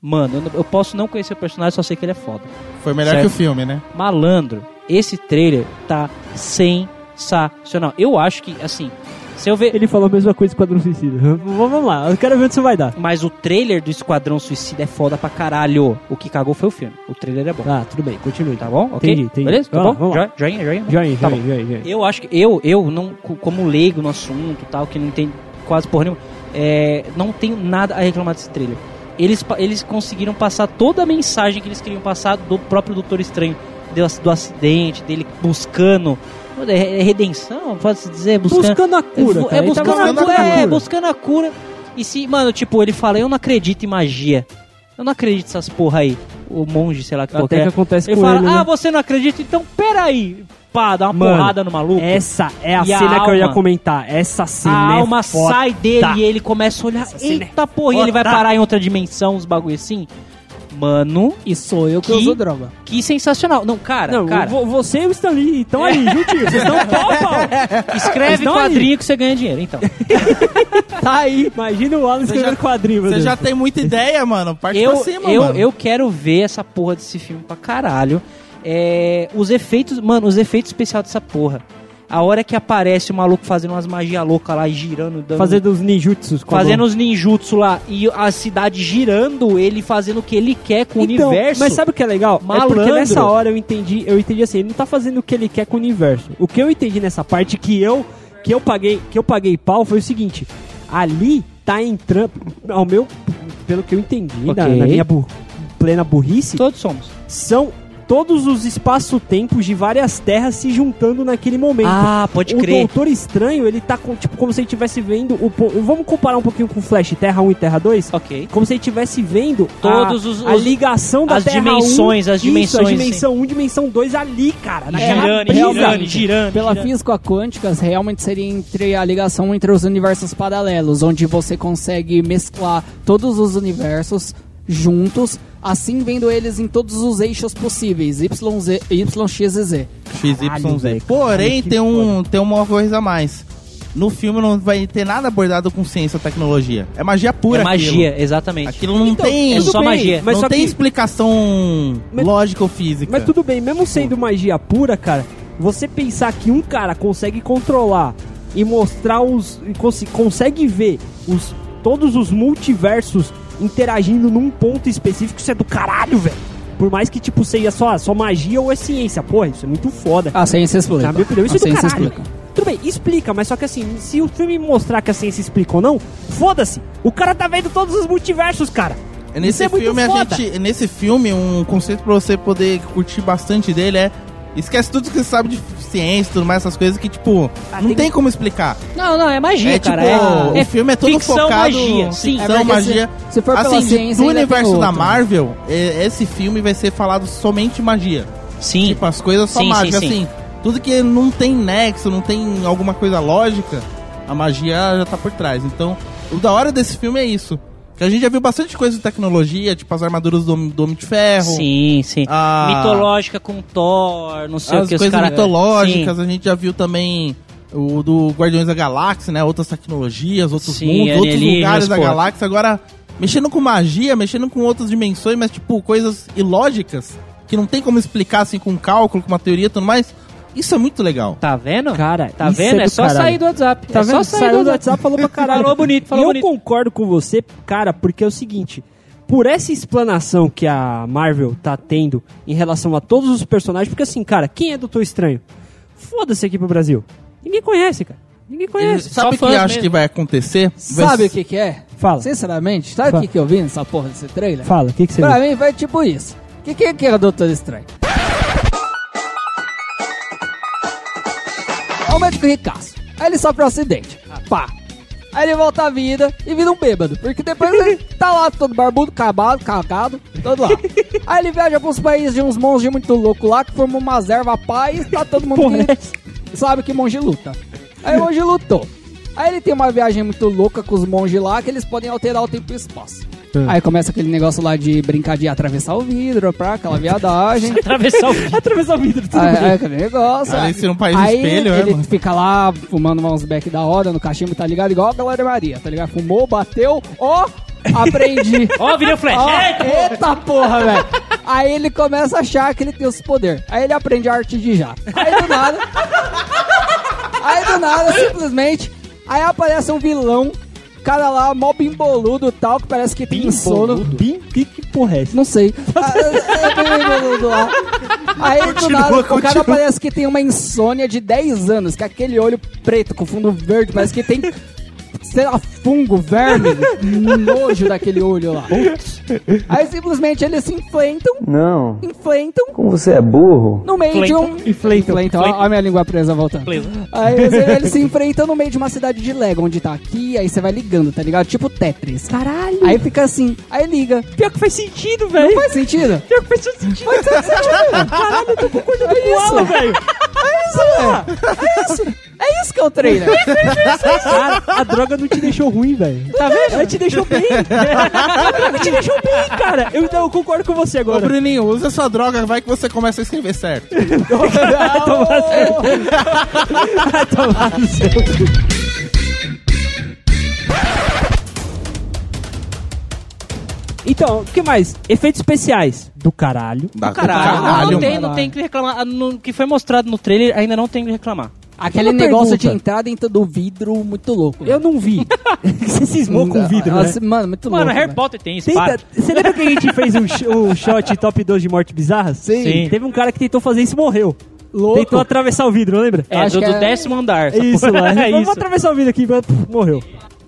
[SPEAKER 2] mano, eu não- eu posso não conhecer o personagem, só sei que ele é foda.
[SPEAKER 3] Foi melhor
[SPEAKER 2] Certo.
[SPEAKER 3] que o filme, né?
[SPEAKER 2] Malandro, esse trailer tá sensacional. Eu acho que, assim, se eu ver.
[SPEAKER 1] Ele falou a mesma coisa do Esquadrão Suicida. Vamos vamos lá, eu quero ver onde isso vai dar.
[SPEAKER 2] Mas o trailer do Esquadrão Suicida é foda pra caralho. O que cagou foi o filme. O trailer é bom.
[SPEAKER 1] Tá, tudo bem, continue.
[SPEAKER 2] Tá bom? Ok?
[SPEAKER 1] Entendi, entendi.
[SPEAKER 2] Beleza? Tá
[SPEAKER 1] Vai lá,
[SPEAKER 2] bom?
[SPEAKER 1] vamos lá.
[SPEAKER 2] Jo- Joinha, joinha.
[SPEAKER 1] Joinha,
[SPEAKER 2] Tá
[SPEAKER 1] joinha, joinha, joinha.
[SPEAKER 2] Eu acho que eu, eu não, co- como leigo no assunto, tal, que não tem quase porra nenhuma, é, não tenho nada a reclamar desse trailer. Eles, pa- eles conseguiram passar toda a mensagem que eles queriam passar do próprio Doutor Estranho. deu, do acidente, dele buscando. É é redenção, pode-se dizer? Buscando,
[SPEAKER 1] Buscando a cura,
[SPEAKER 2] É,
[SPEAKER 1] cara, ele tá
[SPEAKER 2] buscando, a
[SPEAKER 3] buscando a
[SPEAKER 2] cura,
[SPEAKER 1] cura.
[SPEAKER 2] é, buscando a cura. E se, mano, tipo, ele fala, eu não acredito em magia. Eu não acredito nessas porra aí. O monge, sei lá que porra
[SPEAKER 1] Até que
[SPEAKER 2] é.
[SPEAKER 1] acontece
[SPEAKER 2] Ele
[SPEAKER 1] com
[SPEAKER 2] fala,
[SPEAKER 1] ele,
[SPEAKER 2] ah,
[SPEAKER 1] né?
[SPEAKER 2] você não acredita? Então peraí. Pá, dá uma
[SPEAKER 1] Mano,
[SPEAKER 2] porrada no maluco.
[SPEAKER 1] Essa é a
[SPEAKER 2] E a
[SPEAKER 1] cena que eu ia
[SPEAKER 2] alma?
[SPEAKER 1] comentar. Essa cena
[SPEAKER 2] a
[SPEAKER 1] é
[SPEAKER 2] alma
[SPEAKER 1] foda.
[SPEAKER 2] sai dele e ele começa a olhar,
[SPEAKER 1] cena é
[SPEAKER 2] eita porra, e ele vai
[SPEAKER 1] foda.
[SPEAKER 2] parar em outra dimensão, uns bagulho assim. Mano,
[SPEAKER 4] E sou eu que,
[SPEAKER 2] Que-
[SPEAKER 4] uso droga.
[SPEAKER 2] que sensacional. Não, cara,
[SPEAKER 1] Não,
[SPEAKER 2] cara,
[SPEAKER 1] vo- você e o Stanley estão aí, juntinho. Vocês estão pau a pau.
[SPEAKER 2] escreve
[SPEAKER 1] Então,
[SPEAKER 2] quadrinho que você ganha dinheiro, então.
[SPEAKER 1] Tá aí. Imagina o Alan escrevendo
[SPEAKER 3] já-
[SPEAKER 1] quadrinho, meu
[SPEAKER 3] Você
[SPEAKER 1] Deus.
[SPEAKER 3] já tem muita ideia, mano. Parte
[SPEAKER 2] eu,
[SPEAKER 1] tá
[SPEAKER 3] pra cima,
[SPEAKER 2] eu,
[SPEAKER 3] mano.
[SPEAKER 2] eu quero ver essa porra desse filme pra caralho. É, os efeitos, mano, os efeitos especiais dessa porra. A hora que aparece o maluco fazendo umas magia louca lá, e girando, dando,
[SPEAKER 1] Fazendo os ninjutsus. com a
[SPEAKER 2] fazendo
[SPEAKER 1] mão.
[SPEAKER 2] os ninjutsu lá e a cidade girando, ele fazendo o que ele quer com
[SPEAKER 1] Então,
[SPEAKER 2] o universo.
[SPEAKER 1] Mas sabe o que é legal? É porque
[SPEAKER 2] Malandro.
[SPEAKER 1] nessa hora eu entendi, eu entendi assim, ele não tá fazendo o que ele quer com o universo. O que eu entendi nessa parte que eu que eu paguei, que eu paguei pau foi o seguinte: ali tá entrando ao meu pelo que eu entendi, na,
[SPEAKER 2] Ok.
[SPEAKER 1] na minha bu- plena burrice,
[SPEAKER 2] Todos somos.
[SPEAKER 1] são todos os espaço-tempos de várias terras se juntando naquele momento.
[SPEAKER 2] Ah, pode
[SPEAKER 1] o
[SPEAKER 2] crer.
[SPEAKER 1] Doutor Estranho, ele tá com, tipo, como se ele estivesse vendo o. po- Vamos comparar um pouquinho com Flash Terra 1 e Terra 2?
[SPEAKER 2] Ok.
[SPEAKER 1] Como se ele estivesse vendo a-
[SPEAKER 2] Todos os-
[SPEAKER 1] a
[SPEAKER 2] os-
[SPEAKER 1] ligação da
[SPEAKER 2] Ah, as
[SPEAKER 1] Terra
[SPEAKER 2] dimensões,
[SPEAKER 1] 1,
[SPEAKER 2] as dimensões,
[SPEAKER 1] Isso, a dimensão 1, dimensão 2 ali, cara. na Terra
[SPEAKER 2] Girando,
[SPEAKER 1] presa.
[SPEAKER 2] girando, girando. É
[SPEAKER 4] Pela
[SPEAKER 2] girando.
[SPEAKER 4] física quântica, realmente seria entre a ligação entre os universos paralelos, onde você consegue mesclar todos os universos juntos, assim vendo eles em todos os eixos possíveis, Y, Z, Y, X e Z.
[SPEAKER 1] Caralho,
[SPEAKER 3] XYZ.
[SPEAKER 1] velho,
[SPEAKER 3] Porém,
[SPEAKER 1] caralho, que
[SPEAKER 3] tem, um, tem uma coisa a mais. No filme não vai ter nada abordado com ciência ou tecnologia. É magia pura
[SPEAKER 2] É
[SPEAKER 3] aquilo.
[SPEAKER 2] magia, exatamente.
[SPEAKER 3] Aquilo não
[SPEAKER 1] Então,
[SPEAKER 3] tem...
[SPEAKER 2] é
[SPEAKER 1] tudo
[SPEAKER 2] só
[SPEAKER 1] bem,
[SPEAKER 2] magia.
[SPEAKER 1] Mas
[SPEAKER 3] não
[SPEAKER 1] só
[SPEAKER 3] tem
[SPEAKER 1] que-
[SPEAKER 3] explicação
[SPEAKER 1] Mas-
[SPEAKER 3] lógica ou física.
[SPEAKER 1] Mas tudo bem, mesmo sendo magia pura, cara, você pensar que um cara consegue controlar e mostrar os. e cons- consegue ver os, todos os multiversos interagindo num ponto específico, isso é do caralho, velho. Por mais que, tipo, seja só, só magia ou é ciência. Porra, isso é muito foda.
[SPEAKER 4] A ciência
[SPEAKER 1] Na
[SPEAKER 4] explica.
[SPEAKER 1] minha opinião, isso
[SPEAKER 4] a
[SPEAKER 1] é do
[SPEAKER 4] ciência
[SPEAKER 1] caralho.
[SPEAKER 4] explica.
[SPEAKER 1] Tudo bem, explica, mas só que assim, se o filme mostrar que a ciência explica ou não, foda-se. O cara tá vendo todos os multiversos, cara.
[SPEAKER 3] Nesse
[SPEAKER 1] Isso é muito
[SPEAKER 3] filme, a
[SPEAKER 1] foda.
[SPEAKER 3] gente, nesse filme, um conceito pra você poder curtir bastante dele é. Esquece tudo que você sabe de ciência e tudo mais, essas coisas que, tipo,
[SPEAKER 1] Ah,
[SPEAKER 3] não
[SPEAKER 1] tem-
[SPEAKER 3] tem como explicar.
[SPEAKER 2] Não, não, é magia,
[SPEAKER 3] é
[SPEAKER 2] cara.
[SPEAKER 3] tipo,
[SPEAKER 2] é,
[SPEAKER 3] o filme é todo
[SPEAKER 2] ficção,
[SPEAKER 3] focado.
[SPEAKER 2] magia, sim.
[SPEAKER 3] Ficção,
[SPEAKER 4] É porque se-
[SPEAKER 3] magia.
[SPEAKER 4] Se for pela
[SPEAKER 3] Assim,
[SPEAKER 4] ciência,
[SPEAKER 3] se do
[SPEAKER 4] ainda tem
[SPEAKER 3] universo da
[SPEAKER 4] outra.
[SPEAKER 3] Marvel, é- esse filme vai ser falado somente magia.
[SPEAKER 2] sim.
[SPEAKER 3] Tipo, as coisas só
[SPEAKER 2] Sim, sim,
[SPEAKER 3] mágica,
[SPEAKER 2] sim.
[SPEAKER 3] assim. Tudo que não tem nexo, não tem alguma coisa lógica, a magia já tá por trás. Então, o da hora desse filme é isso. Que a gente já viu bastante coisa de tecnologia, tipo as armaduras do, Homem- do Homem de Ferro.
[SPEAKER 2] Sim, sim.
[SPEAKER 3] a-
[SPEAKER 2] Mitológica com Thor, não sei
[SPEAKER 3] as
[SPEAKER 2] o que os
[SPEAKER 3] coisas
[SPEAKER 2] caras...
[SPEAKER 3] mitológicas, a gente já viu também o do Guardiões da Galáxia, né? Outras tecnologias, outros
[SPEAKER 2] Sim,
[SPEAKER 3] mundos, outros
[SPEAKER 2] alienígenas,
[SPEAKER 3] lugares da
[SPEAKER 2] pô.
[SPEAKER 3] galáxia. Agora, mexendo com magia, mexendo com outras dimensões, mas tipo, coisas ilógicas que não tem como explicar assim com um cálculo, com uma teoria e tudo mais. Isso é muito legal.
[SPEAKER 2] Tá vendo?
[SPEAKER 1] Cara,
[SPEAKER 2] tá vendo? É, só sair do WhatsApp.
[SPEAKER 1] Tá
[SPEAKER 2] é
[SPEAKER 1] vendo?
[SPEAKER 2] só sair
[SPEAKER 1] Saiu
[SPEAKER 2] do
[SPEAKER 1] do
[SPEAKER 2] WhatsApp.
[SPEAKER 1] WhatsApp, falou pra caralho.
[SPEAKER 2] Falou bonito, falou
[SPEAKER 1] e
[SPEAKER 2] bonito.
[SPEAKER 1] eu concordo com você, cara, porque é o seguinte. Por essa explanação que a Marvel tá tendo em relação a todos os personagens, porque assim, cara, quem é Doutor Estranho? Foda-se aqui pro Brasil. Ninguém conhece, cara. Ninguém
[SPEAKER 3] Ele-
[SPEAKER 1] conhece.
[SPEAKER 3] sabe o que
[SPEAKER 2] É, fãs
[SPEAKER 3] eu acho
[SPEAKER 2] mesmo.
[SPEAKER 3] que vai acontecer? Vai
[SPEAKER 4] Sabe
[SPEAKER 3] s-
[SPEAKER 4] o que, que é?
[SPEAKER 1] Fala.
[SPEAKER 4] Sinceramente, sabe o
[SPEAKER 1] Fala.
[SPEAKER 4] que, que eu vi nessa porra desse trailer?
[SPEAKER 1] Fala, o que, que você
[SPEAKER 4] Pra
[SPEAKER 1] viu?
[SPEAKER 4] mim vai tipo isso. O que, que, que é o Doutor Estranho? É um médico ricaço. Aí ele sofre um acidente. Pá. Aí ele volta à vida e vira um bêbado. Porque depois ele tá lá todo barbudo, cabado, cagado, todo lá. Aí ele viaja pros países de uns monges muito loucos lá que formam umas erva pá e tá todo mundo
[SPEAKER 1] Porra,
[SPEAKER 4] que sabe que monge luta. Aí o monge lutou. Aí ele tem uma viagem muito louca com os monges lá que eles podem alterar o tempo e o espaço.
[SPEAKER 1] É.
[SPEAKER 4] Aí começa aquele negócio lá de brincar de atravessar o vidro, pra aquela viadagem.
[SPEAKER 2] Atravessar o...
[SPEAKER 1] é Atravessar o vidro,
[SPEAKER 2] Ah,
[SPEAKER 1] tudo
[SPEAKER 4] aí,
[SPEAKER 1] bem.
[SPEAKER 4] aí aquele negócio.
[SPEAKER 3] Ah, esse é um país
[SPEAKER 4] aí
[SPEAKER 3] espelho, é,
[SPEAKER 4] ele
[SPEAKER 3] mano?
[SPEAKER 4] fica lá fumando uns back da roda no cachimbo, tá ligado? Igual a Glória Maria, tá ligado? Fumou, bateu, ó, aprendi.
[SPEAKER 2] Ó, virou flash. É,
[SPEAKER 4] Ó,
[SPEAKER 2] Eita!
[SPEAKER 4] eita porra, velho. Aí ele começa a achar que ele tem os poder. Aí ele aprende a arte de já. Aí do nada. aí do nada, simplesmente. Aí aparece um vilão. Cara lá, mó bemboludo e tal, que parece que tem sono.
[SPEAKER 1] Bim, que, que porra é essa?
[SPEAKER 4] Não sei. Ah, é, é, é, é, é, é, lá. Aí do
[SPEAKER 3] Continua,
[SPEAKER 4] nada, o cara
[SPEAKER 3] continua.
[SPEAKER 4] parece é que tem uma insônia de 10 anos, que aquele olho preto com fundo verde, parece que tem sei lá, fungo, verme, nojo daquele olho lá. Aí simplesmente eles se enfrentam,
[SPEAKER 7] Não.
[SPEAKER 4] enfrentam
[SPEAKER 7] Como você é burro.
[SPEAKER 4] no meio de um.
[SPEAKER 1] Inflentam.
[SPEAKER 4] Inflentam. Ó, ó a minha língua presa voltando.
[SPEAKER 2] Beleza.
[SPEAKER 4] Aí eles, eles se enfrentam no meio de uma cidade de Lego, onde tá aqui, aí você vai ligando, tá ligado? Tipo Tetris.
[SPEAKER 1] Caralho.
[SPEAKER 4] Aí fica assim, aí liga.
[SPEAKER 1] Pior que faz sentido, velho.
[SPEAKER 4] Faz sentido?
[SPEAKER 1] Pior que faz sentido.
[SPEAKER 4] Mas
[SPEAKER 2] é
[SPEAKER 4] faz sentido.
[SPEAKER 1] Caralho, eu tô com coisa do
[SPEAKER 4] É isso.
[SPEAKER 1] koala, velho.
[SPEAKER 4] É isso, velho. É isso. É isso que é o trailer.
[SPEAKER 1] Cara, a droga não te deixou ruim, velho. Tá vendo? Ela te deixou bem. A droga te deixou bem, cara. Eu, então, eu concordo com você
[SPEAKER 3] Ô,
[SPEAKER 1] agora.
[SPEAKER 3] Bruninho, usa sua droga, vai que você começa a escrever certo.
[SPEAKER 1] Vai tomar no seu. Vai tomar no seu. Então, o que mais? Efeitos especiais. Do caralho.
[SPEAKER 3] Dá-
[SPEAKER 2] Caralho,
[SPEAKER 4] Caralho,
[SPEAKER 2] não, tem,
[SPEAKER 4] mano.
[SPEAKER 2] não tem que reclamar. Ah, no- O que foi mostrado no trailer ainda não tem que reclamar.
[SPEAKER 4] Aquele
[SPEAKER 1] Uma
[SPEAKER 4] negócio de
[SPEAKER 1] pergunta.
[SPEAKER 4] entrar dentro do vidro muito louco.
[SPEAKER 1] Eu não vi. Você cismou com o vidro, né? tá-
[SPEAKER 4] Nossa, Mano, muito
[SPEAKER 2] Mano,
[SPEAKER 4] louco.
[SPEAKER 2] Harry
[SPEAKER 4] velho.
[SPEAKER 2] Potter tem espada.
[SPEAKER 1] Tenta- Você lembra que a gente fez um, sh- um shot top 2 de morte bizarra?
[SPEAKER 4] Sim.
[SPEAKER 2] Sim.
[SPEAKER 1] Teve um cara que tentou fazer isso e morreu.
[SPEAKER 4] Louco.
[SPEAKER 1] Tentou atravessar o vidro, lembra?
[SPEAKER 2] É, do,
[SPEAKER 4] Acho que
[SPEAKER 2] do
[SPEAKER 4] é-
[SPEAKER 2] décimo andar.
[SPEAKER 1] É
[SPEAKER 2] essa
[SPEAKER 1] isso,
[SPEAKER 2] porra.
[SPEAKER 1] lá.
[SPEAKER 2] É
[SPEAKER 1] Vamos
[SPEAKER 2] isso.
[SPEAKER 1] atravessar o vidro aqui, mas, puf, morreu.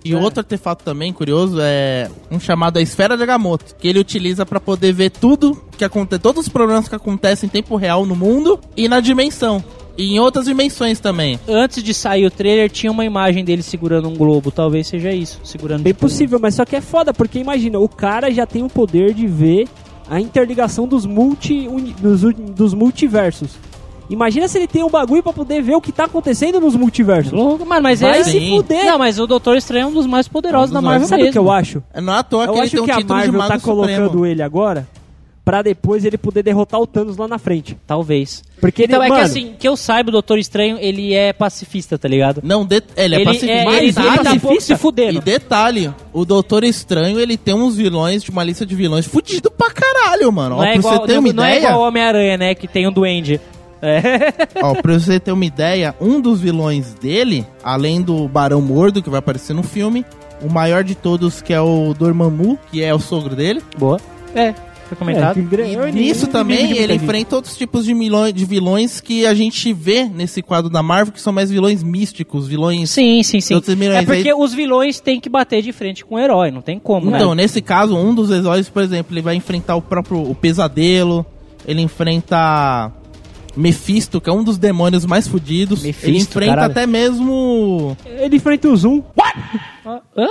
[SPEAKER 3] E outro artefato também curioso é um chamado a Esfera de Agamotto, que ele utiliza pra poder ver tudo que acontece, todos os problemas que acontecem em tempo real no mundo e na dimensão. E em outras dimensões também.
[SPEAKER 2] Antes de sair o trailer, tinha uma imagem dele segurando um globo. Talvez seja isso. Segurando
[SPEAKER 1] Bem
[SPEAKER 2] tipo, um-
[SPEAKER 1] possível, mas só que é foda, porque imagina, o cara já tem o poder de ver a interligação dos, multi, uni- dos, uni- dos multiversos. Imagina se ele tem um bagulho pra poder ver o que tá acontecendo nos multiversos.
[SPEAKER 2] Louco, mano, mas
[SPEAKER 1] Vai
[SPEAKER 2] é.
[SPEAKER 1] se
[SPEAKER 3] Sim.
[SPEAKER 1] fuder.
[SPEAKER 2] Não, mas o Doutor Estranho é um dos mais poderosos
[SPEAKER 3] Um dos
[SPEAKER 2] da
[SPEAKER 3] mais.
[SPEAKER 2] Marvel
[SPEAKER 1] Sabe o que
[SPEAKER 2] mesmo.
[SPEAKER 1] eu acho?
[SPEAKER 3] Não é à toa que
[SPEAKER 1] eu
[SPEAKER 3] ele
[SPEAKER 1] acho
[SPEAKER 3] tem um
[SPEAKER 1] que a
[SPEAKER 3] título de
[SPEAKER 1] Marvel
[SPEAKER 3] Mago
[SPEAKER 1] tá colocando
[SPEAKER 3] Supremo.
[SPEAKER 1] ele agora pra depois ele poder derrotar o Thanos lá na frente.
[SPEAKER 2] Talvez.
[SPEAKER 1] Porque ele,
[SPEAKER 2] Então, é que
[SPEAKER 1] mano,
[SPEAKER 2] assim, que eu saiba, o Doutor Estranho, ele é pacifista, tá ligado?
[SPEAKER 3] Não, de- ele é
[SPEAKER 2] ele,
[SPEAKER 3] pacifista.
[SPEAKER 2] é,
[SPEAKER 3] Mas
[SPEAKER 2] ele, ele tá
[SPEAKER 3] detalhe-
[SPEAKER 2] pouco se
[SPEAKER 3] E
[SPEAKER 2] fudendo.
[SPEAKER 3] detalhe, o Doutor Estranho, ele tem uns vilões, de uma lista de vilões fudido pra caralho, mano.
[SPEAKER 2] Não
[SPEAKER 3] Ó,
[SPEAKER 2] é,
[SPEAKER 3] pra
[SPEAKER 2] igual,
[SPEAKER 3] você ter
[SPEAKER 2] não,
[SPEAKER 3] uma
[SPEAKER 2] não é
[SPEAKER 3] ideia,
[SPEAKER 2] igual o Homem-Aranha, né? Que tem um duende. É.
[SPEAKER 3] ó, pra você ter uma ideia, um dos vilões dele, além do Barão Mordo, que vai aparecer no filme, o maior de todos, que é o Dormammu, que é o sogro dele.
[SPEAKER 2] Boa. É,
[SPEAKER 1] é,
[SPEAKER 2] foi comentado.
[SPEAKER 1] que gra-
[SPEAKER 3] E
[SPEAKER 1] eu nem-
[SPEAKER 3] nisso
[SPEAKER 1] nem
[SPEAKER 3] também
[SPEAKER 1] vi muita
[SPEAKER 3] ele
[SPEAKER 1] gente.
[SPEAKER 3] enfrenta outros tipos de, milões, de vilões que a gente vê nesse quadro da Marvel, que são mais vilões místicos, vilões...
[SPEAKER 2] Sim, sim, sim.
[SPEAKER 3] Outros vilões
[SPEAKER 2] É porque
[SPEAKER 3] aí-
[SPEAKER 2] os vilões têm que bater de frente com o herói, não tem como,
[SPEAKER 3] Então,
[SPEAKER 2] né?
[SPEAKER 3] nesse caso, um dos exóis, por exemplo, ele vai enfrentar o próprio o Pesadelo, ele enfrenta Mephisto, que é um dos demônios mais fudidos.
[SPEAKER 2] Mephisto,
[SPEAKER 3] ele enfrenta
[SPEAKER 2] caralho.
[SPEAKER 3] até mesmo.
[SPEAKER 1] Ele enfrenta o Zoom. Ah,
[SPEAKER 2] Hã?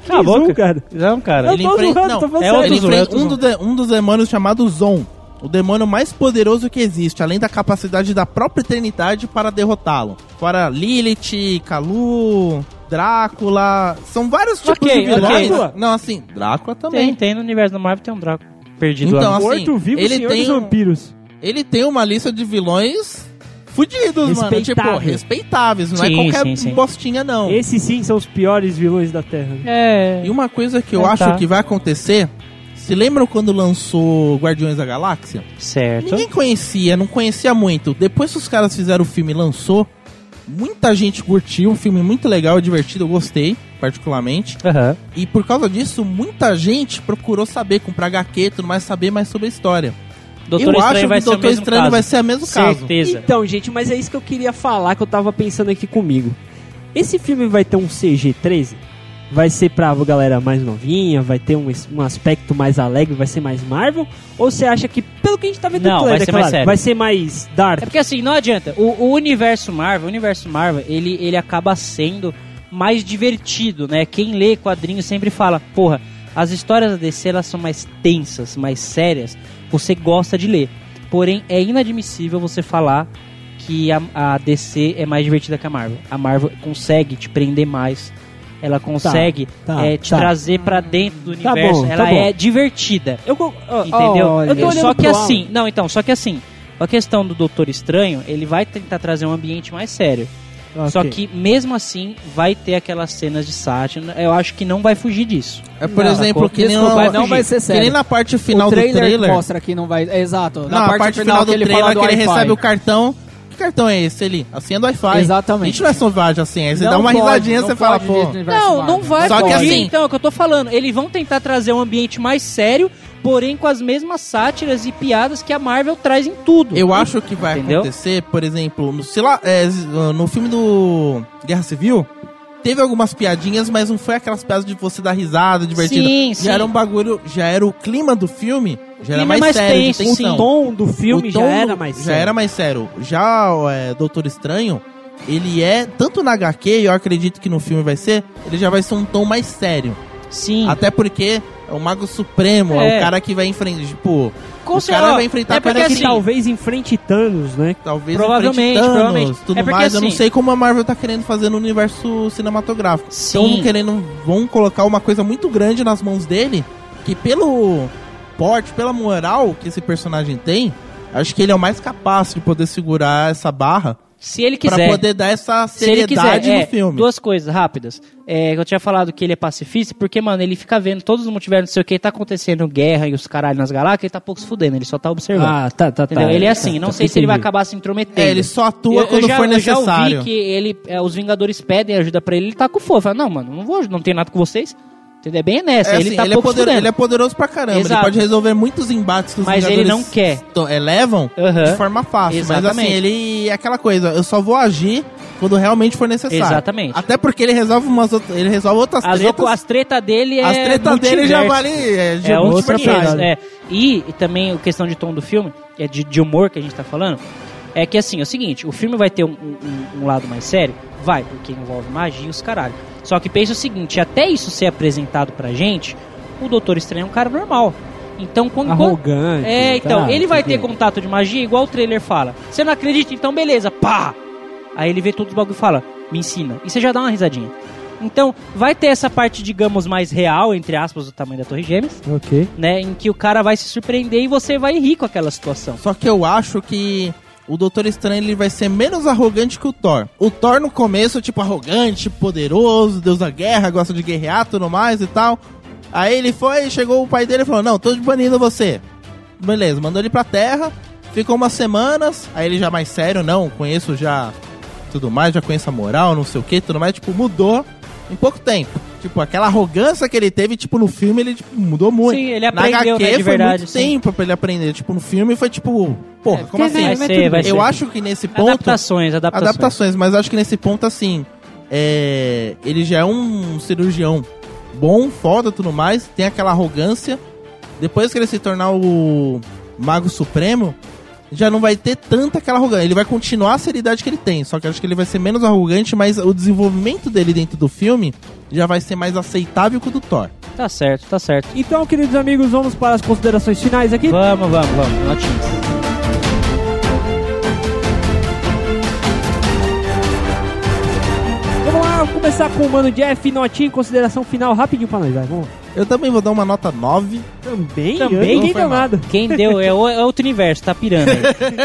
[SPEAKER 1] Que Zoom, cara?
[SPEAKER 2] Não, Tá cara.
[SPEAKER 1] Eu
[SPEAKER 3] Ele
[SPEAKER 1] tô
[SPEAKER 3] enfrenta-
[SPEAKER 1] zoando,
[SPEAKER 3] não,
[SPEAKER 1] tô falando sério.
[SPEAKER 2] é
[SPEAKER 3] ele
[SPEAKER 2] outro Zoom,
[SPEAKER 3] enfrenta
[SPEAKER 2] outro
[SPEAKER 3] um, do de- um dos demônios chamado Zon, o demônio mais poderoso que existe, além da capacidade da própria eternidade para derrotá-lo. Fora Lilith, Kalu, Drácula. São vários tipos
[SPEAKER 2] Ok,
[SPEAKER 3] de vilões.
[SPEAKER 1] Drácula.
[SPEAKER 3] Não, assim, Drácula também.
[SPEAKER 2] Tem, tem no universo da Marvel, tem um Draco perdido
[SPEAKER 3] Então,
[SPEAKER 2] lá.
[SPEAKER 3] assim,
[SPEAKER 1] Morto vivo,
[SPEAKER 3] ele
[SPEAKER 1] senhor
[SPEAKER 3] tem
[SPEAKER 1] dos
[SPEAKER 3] um-
[SPEAKER 1] vampiros.
[SPEAKER 3] ele tem uma lista de vilões fudidos, mano. Tipo,
[SPEAKER 1] Respeitáveis.
[SPEAKER 3] respeitáveis. Não
[SPEAKER 2] Sim,
[SPEAKER 3] é qualquer
[SPEAKER 2] sim, sim.
[SPEAKER 3] bostinha, não.
[SPEAKER 1] Esses sim são os piores vilões da Terra.
[SPEAKER 2] É.
[SPEAKER 3] E uma coisa que eu
[SPEAKER 1] Ah,
[SPEAKER 2] É,
[SPEAKER 3] acho
[SPEAKER 2] tá.
[SPEAKER 3] que vai acontecer... Se lembram quando lançou Guardiões da Galáxia?
[SPEAKER 2] Certo.
[SPEAKER 3] Ninguém conhecia, não conhecia muito. Depois que os caras fizeram o filme e lançou, muita gente curtiu. Um filme muito legal, divertido, eu gostei, particularmente.
[SPEAKER 2] Aham.
[SPEAKER 3] E por causa disso, muita gente procurou saber, comprar HQ e tudo mais, saber mais sobre a história.
[SPEAKER 2] Doutor
[SPEAKER 3] eu
[SPEAKER 2] Estranho
[SPEAKER 3] acho
[SPEAKER 2] vai
[SPEAKER 3] que
[SPEAKER 2] ser
[SPEAKER 3] o
[SPEAKER 2] o
[SPEAKER 3] Doutor
[SPEAKER 2] mesmo
[SPEAKER 3] Estranho
[SPEAKER 2] caso.
[SPEAKER 3] vai ser o mesmo caso.
[SPEAKER 2] Certeza.
[SPEAKER 1] Então, gente, mas é isso que eu queria falar, que eu tava pensando aqui comigo. Esse filme vai ter um CG-13? Vai ser pra galera mais novinha? Vai ter um, es- um aspecto mais alegre? Vai ser mais Marvel? Ou você acha que, pelo que a gente tá vendo
[SPEAKER 2] Não,
[SPEAKER 1] no
[SPEAKER 2] vai
[SPEAKER 1] trailer,
[SPEAKER 2] ser
[SPEAKER 1] é claro,
[SPEAKER 2] mais sério.
[SPEAKER 1] vai ser mais dark?
[SPEAKER 2] É porque assim, não adianta. O, o universo Marvel, o universo Marvel, ele, ele acaba sendo mais divertido, né? Quem lê quadrinhos sempre fala, porra, as histórias da DC elas são mais tensas, mais sérias. Você gosta de ler. Porém, é inadmissível você falar que a, a DC é mais divertida que a Marvel. A Marvel consegue te prender mais. Ela consegue
[SPEAKER 1] tá,
[SPEAKER 2] eh, te
[SPEAKER 1] tá.
[SPEAKER 2] trazer pra dentro do
[SPEAKER 1] Tá
[SPEAKER 2] universo.
[SPEAKER 1] bom, tá
[SPEAKER 2] ela
[SPEAKER 1] bom.
[SPEAKER 2] é divertida
[SPEAKER 1] Eu, co- ó, ó,
[SPEAKER 2] entendeu?
[SPEAKER 4] Olha.
[SPEAKER 1] Eu tô olhando
[SPEAKER 2] só que
[SPEAKER 1] pro
[SPEAKER 2] assim,
[SPEAKER 1] Alan.
[SPEAKER 2] não, então, só que assim, a questão do Doutor Estranho, ele vai tentar trazer um ambiente mais sério. Só
[SPEAKER 1] ok.
[SPEAKER 2] que mesmo assim vai ter aquelas cenas de sátira, eu acho que não vai fugir disso.
[SPEAKER 3] É, por
[SPEAKER 4] Não,
[SPEAKER 3] exemplo, que nem,
[SPEAKER 4] desculpa,
[SPEAKER 3] na-
[SPEAKER 4] não vai ser
[SPEAKER 3] que nem
[SPEAKER 4] sério.
[SPEAKER 3] na parte final
[SPEAKER 4] o trailer,
[SPEAKER 3] do trailer.
[SPEAKER 4] que mostra aqui não vai. é, Exato.
[SPEAKER 3] Não, a parte, final, do trailer é que ele recebe o cartão. Que cartão é esse ali? A senha do Wi-Fi.
[SPEAKER 4] Exatamente.
[SPEAKER 3] A gente não é selvagem assim. Aí você dá uma risadinha você fala, pô.
[SPEAKER 2] Não, não vai
[SPEAKER 3] Só que
[SPEAKER 2] fugir,
[SPEAKER 3] assim-
[SPEAKER 2] então, é o que eu tô falando, eles vão tentar trazer um ambiente mais sério, porém com as mesmas sátiras e piadas que a Marvel traz em tudo.
[SPEAKER 3] Eu acho que vai
[SPEAKER 2] Entendeu?
[SPEAKER 3] ah, acontecer, por exemplo, no, sei lá, é, z- no filme do Guerra Civil, teve algumas piadinhas, mas não foi aquelas piadas de você dar risada, divertida.
[SPEAKER 2] Sim,
[SPEAKER 3] já
[SPEAKER 2] sim.
[SPEAKER 3] era um bagulho, já era o clima do filme, já era
[SPEAKER 2] clima
[SPEAKER 3] mais,
[SPEAKER 2] mais
[SPEAKER 3] sério, então.
[SPEAKER 2] tenso,
[SPEAKER 3] de
[SPEAKER 2] sim.
[SPEAKER 3] tensão.
[SPEAKER 1] O tom do filme
[SPEAKER 3] O
[SPEAKER 1] já
[SPEAKER 3] tom
[SPEAKER 1] era
[SPEAKER 3] do-
[SPEAKER 1] mais
[SPEAKER 3] Já era mais sério. Já o é, Doutor Estranho, ele é, tanto na HQ, e eu acredito que no filme vai ser, ele já vai ser um tom mais sério.
[SPEAKER 2] Sim.
[SPEAKER 3] Até porque é o Mago Supremo, é,
[SPEAKER 2] É.
[SPEAKER 3] o cara que vai enfrentar, tipo,
[SPEAKER 2] Com
[SPEAKER 3] o
[SPEAKER 2] certeza,
[SPEAKER 3] cara
[SPEAKER 2] ó,
[SPEAKER 3] vai enfrentar
[SPEAKER 2] é porque
[SPEAKER 3] cara que
[SPEAKER 1] que
[SPEAKER 2] assim,
[SPEAKER 1] talvez enfrente Thanos, né?
[SPEAKER 3] talvez
[SPEAKER 2] provavelmente,
[SPEAKER 3] enfrente Thanos,
[SPEAKER 2] provavelmente.
[SPEAKER 3] tudo
[SPEAKER 2] É porque
[SPEAKER 3] mais. Eu não
[SPEAKER 2] assim-
[SPEAKER 3] sei como a Marvel tá querendo fazer no universo cinematográfico.
[SPEAKER 2] Sim.
[SPEAKER 3] Estão querendo, vão colocar uma coisa muito grande nas mãos dele, que pelo porte, pela moral que esse personagem tem, acho que ele é o mais capaz de poder segurar essa barra
[SPEAKER 2] se ele
[SPEAKER 3] pra
[SPEAKER 2] quiser.
[SPEAKER 3] poder dar essa
[SPEAKER 2] se ele quiser,
[SPEAKER 3] seriedade
[SPEAKER 2] é,
[SPEAKER 3] no filme.
[SPEAKER 2] duas coisas rápidas. É, eu tinha falado que ele é pacifista, porque, mano, ele fica vendo todos os multiversos, não sei o que, tá acontecendo guerra e os caralho nas galáxias, ele tá pouco se fudendo, ele só tá observando.
[SPEAKER 3] Ah,
[SPEAKER 1] tá, tá,
[SPEAKER 2] Entendeu? ele é assim,
[SPEAKER 1] Tá,
[SPEAKER 2] não
[SPEAKER 1] tá,
[SPEAKER 2] sei se ele vai
[SPEAKER 1] entendi.
[SPEAKER 2] acabar se intrometendo.
[SPEAKER 3] É, ele só atua
[SPEAKER 2] eu,
[SPEAKER 3] quando
[SPEAKER 2] eu já,
[SPEAKER 3] for
[SPEAKER 2] eu já
[SPEAKER 3] necessário.
[SPEAKER 2] ouvi que ele, é, os Vingadores pedem ajuda pra ele, ele tá com fogo. Fala, não, mano, não vou, não tem nada com vocês. Entendeu? É bem nessa,
[SPEAKER 3] É,
[SPEAKER 2] ele
[SPEAKER 3] assim,
[SPEAKER 2] tá
[SPEAKER 3] é
[SPEAKER 2] pouco se
[SPEAKER 3] poder-
[SPEAKER 2] fudendo.
[SPEAKER 3] ele é poderoso pra caramba. Ele
[SPEAKER 2] Exato.
[SPEAKER 3] pode resolver muitos embates que os
[SPEAKER 2] Mas ele
[SPEAKER 3] Vingadores
[SPEAKER 2] não quer.
[SPEAKER 3] to- é, levam
[SPEAKER 2] Aham.
[SPEAKER 3] de forma fácil. Mas
[SPEAKER 2] Exatamente.
[SPEAKER 3] assim, ele é aquela coisa, eu só vou agir quando realmente for necessário.
[SPEAKER 2] Exatamente.
[SPEAKER 3] Até porque ele resolve umas outras, ele resolve outras
[SPEAKER 2] As,
[SPEAKER 3] tretas.
[SPEAKER 2] tretas, as treta dele é.
[SPEAKER 3] as tretas dele já
[SPEAKER 2] multiverso.
[SPEAKER 3] vale é, de
[SPEAKER 2] É
[SPEAKER 3] um
[SPEAKER 2] outra
[SPEAKER 3] multiverso,
[SPEAKER 2] coisa.
[SPEAKER 3] né?
[SPEAKER 2] É. E, e também a questão de tom do filme, que é de, de humor que a gente tá falando, é que assim, é o seguinte, o filme vai ter um, um- um lado mais sério? Vai, porque envolve magia e os caralho. Só que pensa o seguinte, até isso ser apresentado pra gente, o Doutor Estranho é um cara normal. Então, quando, quando-
[SPEAKER 1] Arrogante.
[SPEAKER 2] É, então,
[SPEAKER 1] tá,
[SPEAKER 2] ele vai ter
[SPEAKER 1] entendi.
[SPEAKER 2] contato de magia igual o trailer fala. Você não acredita? Então beleza, pá! Aí ele vê todos os bagulho e fala, me ensina. E você já dá uma risadinha. Então, vai ter essa parte, digamos, mais real, entre aspas, do tamanho da Torre Gêmeas,
[SPEAKER 1] Ok.
[SPEAKER 2] né? Em que o cara vai se surpreender e você vai rir com aquela situação.
[SPEAKER 3] Então, Só que eu acho que o Doutor Estranho ele vai ser menos arrogante que o Thor. O Thor no começo, tipo, arrogante, poderoso, deus da guerra, gosta de guerrear, tudo mais e tal. Aí ele foi, chegou o pai dele e falou: Não, tô banindo você. Beleza, mandou ele pra terra, ficou umas semanas. Aí ele já mais sério, não, conheço já tudo mais, já conheço a moral, não sei o que, tudo mais. Tipo, mudou em pouco tempo. Tipo, aquela arrogância que ele teve, tipo, no filme ele tipo, mudou muito.
[SPEAKER 2] Sim, ele aprendeu, né, de verdade,
[SPEAKER 3] foi muito
[SPEAKER 2] sim. É,
[SPEAKER 3] tempo pra ele aprender. Tipo, no filme foi tipo, porra, como assim?
[SPEAKER 2] vai ser, vai
[SPEAKER 3] Eu
[SPEAKER 2] ser.
[SPEAKER 3] acho que nesse ponto.
[SPEAKER 2] Adaptações, adaptações.
[SPEAKER 3] Adaptações, mas acho que nesse ponto, assim. é, ele já é um cirurgião bom, foda tudo mais, tem aquela arrogância. Depois que ele se tornar o Mago Supremo, já não vai ter tanta aquela arrogância. Ele vai continuar a seriedade que ele tem, só que acho que ele vai ser menos arrogante, mas o desenvolvimento dele dentro do filme já vai ser mais aceitável que o do Thor.
[SPEAKER 2] Tá certo, tá certo.
[SPEAKER 1] Então, queridos amigos, vamos para as considerações finais aqui.
[SPEAKER 2] Vamos, vamos, vamos. Notinhas.
[SPEAKER 1] Vamos lá, vamos começar com o Mano Jeff, notinha em consideração final, rapidinho pra nós, vai, vamos lá.
[SPEAKER 3] Eu também vou dar uma nota 9.
[SPEAKER 1] Também?
[SPEAKER 2] Também?
[SPEAKER 1] Ninguém
[SPEAKER 3] Foi
[SPEAKER 1] deu
[SPEAKER 3] mal.
[SPEAKER 1] nada.
[SPEAKER 2] Quem deu é, o- é outro universo, tá pirando aí.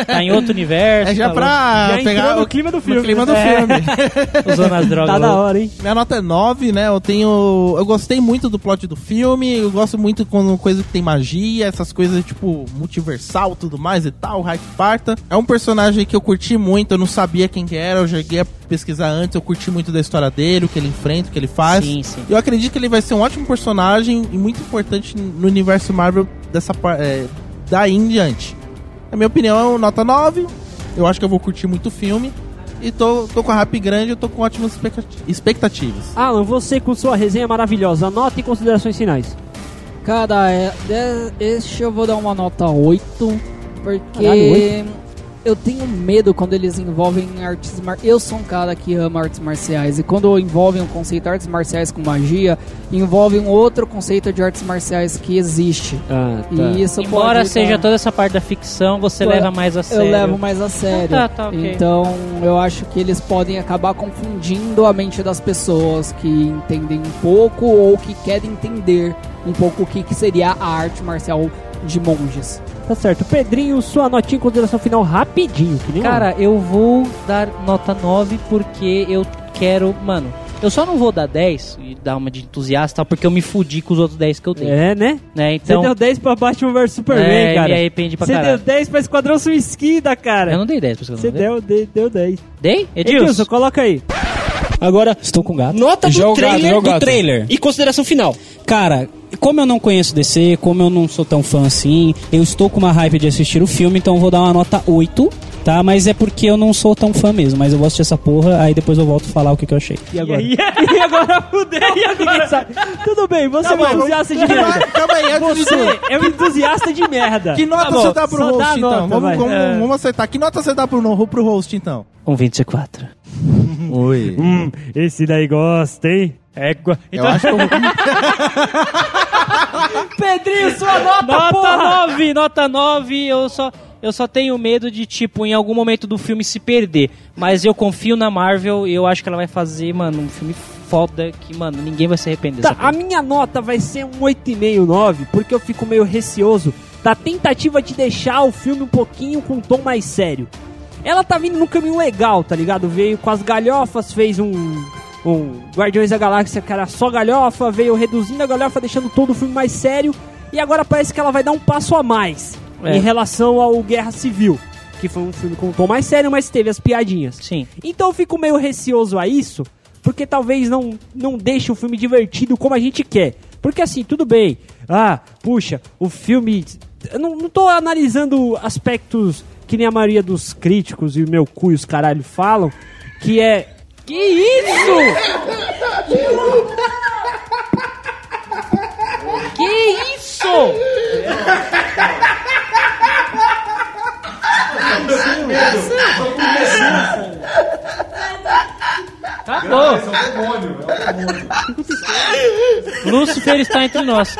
[SPEAKER 2] Tá em outro universo.
[SPEAKER 3] É já
[SPEAKER 2] tá
[SPEAKER 3] pra
[SPEAKER 1] Já
[SPEAKER 3] pegar
[SPEAKER 1] entrou
[SPEAKER 3] o
[SPEAKER 1] no clima do filme.
[SPEAKER 3] no clima do
[SPEAKER 1] É.
[SPEAKER 3] filme.
[SPEAKER 2] louco, Usando as drogas.
[SPEAKER 1] Tá da
[SPEAKER 2] louco.
[SPEAKER 1] hora, hein?
[SPEAKER 3] Minha nota é 9, né? Eu tenho. Eu gostei muito do plot do filme. Eu gosto muito quando coisa que tem magia, essas coisas tipo multiversal, tudo mais e tal, raio que parta. É um personagem que eu curti muito, eu não sabia quem que era, eu cheguei a pesquisar antes, eu curti muito da história dele, o que ele enfrenta, o que ele faz.
[SPEAKER 2] Sim, sim.
[SPEAKER 3] Eu acredito que ele vai ser um ótimo personagem e muito importante no universo Marvel dessa par- é, daí em diante. Na minha opinião, é um nota 9. Eu acho que eu vou curtir muito o filme. E tô, tô com a rap grande, eu tô com ótimas expectati- expectativas.
[SPEAKER 1] Alan, você com sua resenha maravilhosa, anota em considerações finais.
[SPEAKER 4] Cara, é, de- este eu vou dar uma nota 8, porque
[SPEAKER 1] Caralho,
[SPEAKER 4] eu tenho medo quando eles envolvem artes mar... Eu sou um cara que ama artes marciais, e quando envolvem o conceito de artes marciais com magia, envolvem um outro conceito de artes marciais que existe.
[SPEAKER 1] Ah,
[SPEAKER 4] E isso
[SPEAKER 2] Embora
[SPEAKER 4] pode dar-
[SPEAKER 2] seja toda essa parte da ficção, você
[SPEAKER 4] Eu-
[SPEAKER 2] leva mais a sério.
[SPEAKER 4] Eu levo mais a sério.
[SPEAKER 2] Ah, tá, tá, ok.
[SPEAKER 4] Então eu acho que eles podem acabar confundindo a mente das pessoas que entendem um pouco ou que querem entender um pouco o que, que seria a arte marcial de monges.
[SPEAKER 1] Tá certo. Pedrinho, sua notinha em consideração final rapidinho, que nem
[SPEAKER 2] Cara, eu vou dar nota 9 porque eu quero. Mano, eu só não vou dar 10 e dar uma de entusiasta e tal, porque eu me fudi com os outros 10 que eu
[SPEAKER 1] um.
[SPEAKER 2] dei.
[SPEAKER 1] É, né?
[SPEAKER 2] Né?
[SPEAKER 1] Você
[SPEAKER 2] Então.
[SPEAKER 1] deu 10 pra um Batman vs Superman,
[SPEAKER 2] é,
[SPEAKER 1] cara.
[SPEAKER 2] me arrependi pra
[SPEAKER 1] Você deu
[SPEAKER 2] caralho.
[SPEAKER 1] 10 pra Esquadrão Suicida, cara.
[SPEAKER 2] Eu não dei 10 pra
[SPEAKER 1] Você deu, deu, deu 10.
[SPEAKER 2] Dei? Edilson?
[SPEAKER 1] Edilson, coloca aí.
[SPEAKER 8] Agora,
[SPEAKER 9] Estou com gato.
[SPEAKER 8] nota do
[SPEAKER 10] Joga o gato,
[SPEAKER 8] trailer
[SPEAKER 10] joga o
[SPEAKER 8] do
[SPEAKER 10] gato.
[SPEAKER 8] trailer. E consideração final. Cara, como eu não conheço DC, como eu não sou tão fã assim, eu estou com uma hype de assistir o filme, então eu vou dar uma nota 8.
[SPEAKER 11] tá? Mas é porque eu não sou tão fã mesmo, mas eu vou assistir essa porra, aí depois eu volto a falar o que, que eu achei.
[SPEAKER 1] E agora? E, agora fudeu. E agora? Sabe. Tudo bem, você é um
[SPEAKER 3] Tá bom,
[SPEAKER 1] entusiasta de merda.
[SPEAKER 3] Calma aí, antes de tudo.
[SPEAKER 1] Você é um entusiasta de merda.
[SPEAKER 3] Que nota
[SPEAKER 1] Tá bom,
[SPEAKER 3] você dá pro
[SPEAKER 1] só
[SPEAKER 3] host,
[SPEAKER 1] dá a
[SPEAKER 3] então?
[SPEAKER 1] nota,
[SPEAKER 3] vamos,
[SPEAKER 1] vai.
[SPEAKER 3] vamos,
[SPEAKER 1] É.
[SPEAKER 3] vamos acertar. Que nota você dá pro, no- pro host, então?
[SPEAKER 2] Um 24.
[SPEAKER 3] Oi.
[SPEAKER 1] Hum, esse daí gosta, hein? É, gua-
[SPEAKER 3] Eu acho que eu-
[SPEAKER 1] Pedrinho, sua nota,
[SPEAKER 2] Nota
[SPEAKER 1] porra!
[SPEAKER 2] 9, nota 9, eu só, eu só tenho medo de, tipo, em algum momento do filme se perder. Mas eu confio na Marvel e eu acho que ela vai fazer, mano, um filme foda que, mano, ninguém vai se arrepender.
[SPEAKER 1] Tá,
[SPEAKER 2] dessa
[SPEAKER 1] a
[SPEAKER 2] porra.
[SPEAKER 1] minha nota vai ser um 8,5, 9, porque eu fico meio receoso da tentativa de deixar o filme um pouquinho com um tom mais sério. Ela tá vindo num caminho legal, tá ligado? Veio com as galhofas, fez um, um Guardiões da Galáxia que era só galhofa, veio reduzindo a galhofa, deixando todo o filme mais sério, e agora parece que ela vai dar um passo a mais
[SPEAKER 2] É.
[SPEAKER 1] em relação ao Guerra Civil, que foi um filme com um tom mais sério, mas teve as piadinhas.
[SPEAKER 2] Sim.
[SPEAKER 1] Então eu fico meio receoso a isso, porque talvez não, não deixe o filme divertido como a gente quer. Porque assim, tudo bem. Ah, puxa, o filme. Eu não, não tô analisando aspectos que nem a maioria dos críticos e o meu cu e os caralho falam, que é. Que isso?
[SPEAKER 2] Que isso? Acabou. Lúcifer está entre nós.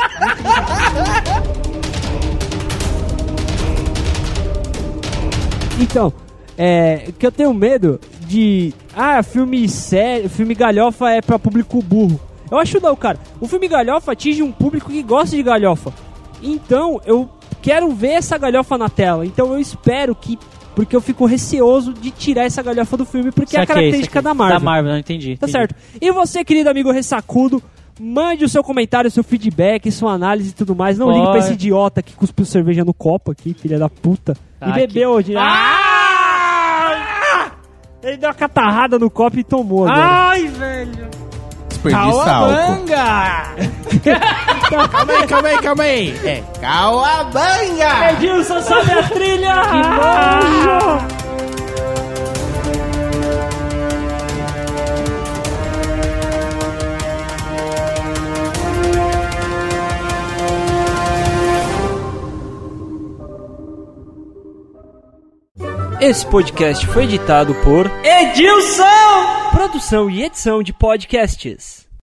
[SPEAKER 1] Então, é. Que eu tenho medo de. Ah, filme sério. Filme galhofa é pra público burro. Eu acho não, cara. O filme galhofa atinge um público que gosta de galhofa. Então, eu quero ver essa galhofa na tela. Então, eu espero que. Porque eu fico receoso de tirar essa galhofa do filme, porque é a
[SPEAKER 2] Saquei,
[SPEAKER 1] característica
[SPEAKER 2] saquei.
[SPEAKER 1] da Marvel.
[SPEAKER 2] Da Marvel, não entendi.
[SPEAKER 1] Tá
[SPEAKER 2] entendi.
[SPEAKER 1] certo. E você, querido amigo ressacudo, mande o seu comentário, seu feedback, sua análise e tudo mais. Não ligue pra
[SPEAKER 2] Pode.
[SPEAKER 1] esse idiota que cuspiu cerveja no copo aqui, filha da puta.
[SPEAKER 2] Tá
[SPEAKER 1] e bebeu hoje. Ah! Ele deu uma catarrada no copo e tomou, né?
[SPEAKER 2] Ai, velho.
[SPEAKER 3] Desperdiça álcool. calma aí, calma aí, calma aí. É, Cauabanga!
[SPEAKER 1] Edilson, sobe a trilha! Esse podcast foi editado por Edilson! Produção e edição de podcasts.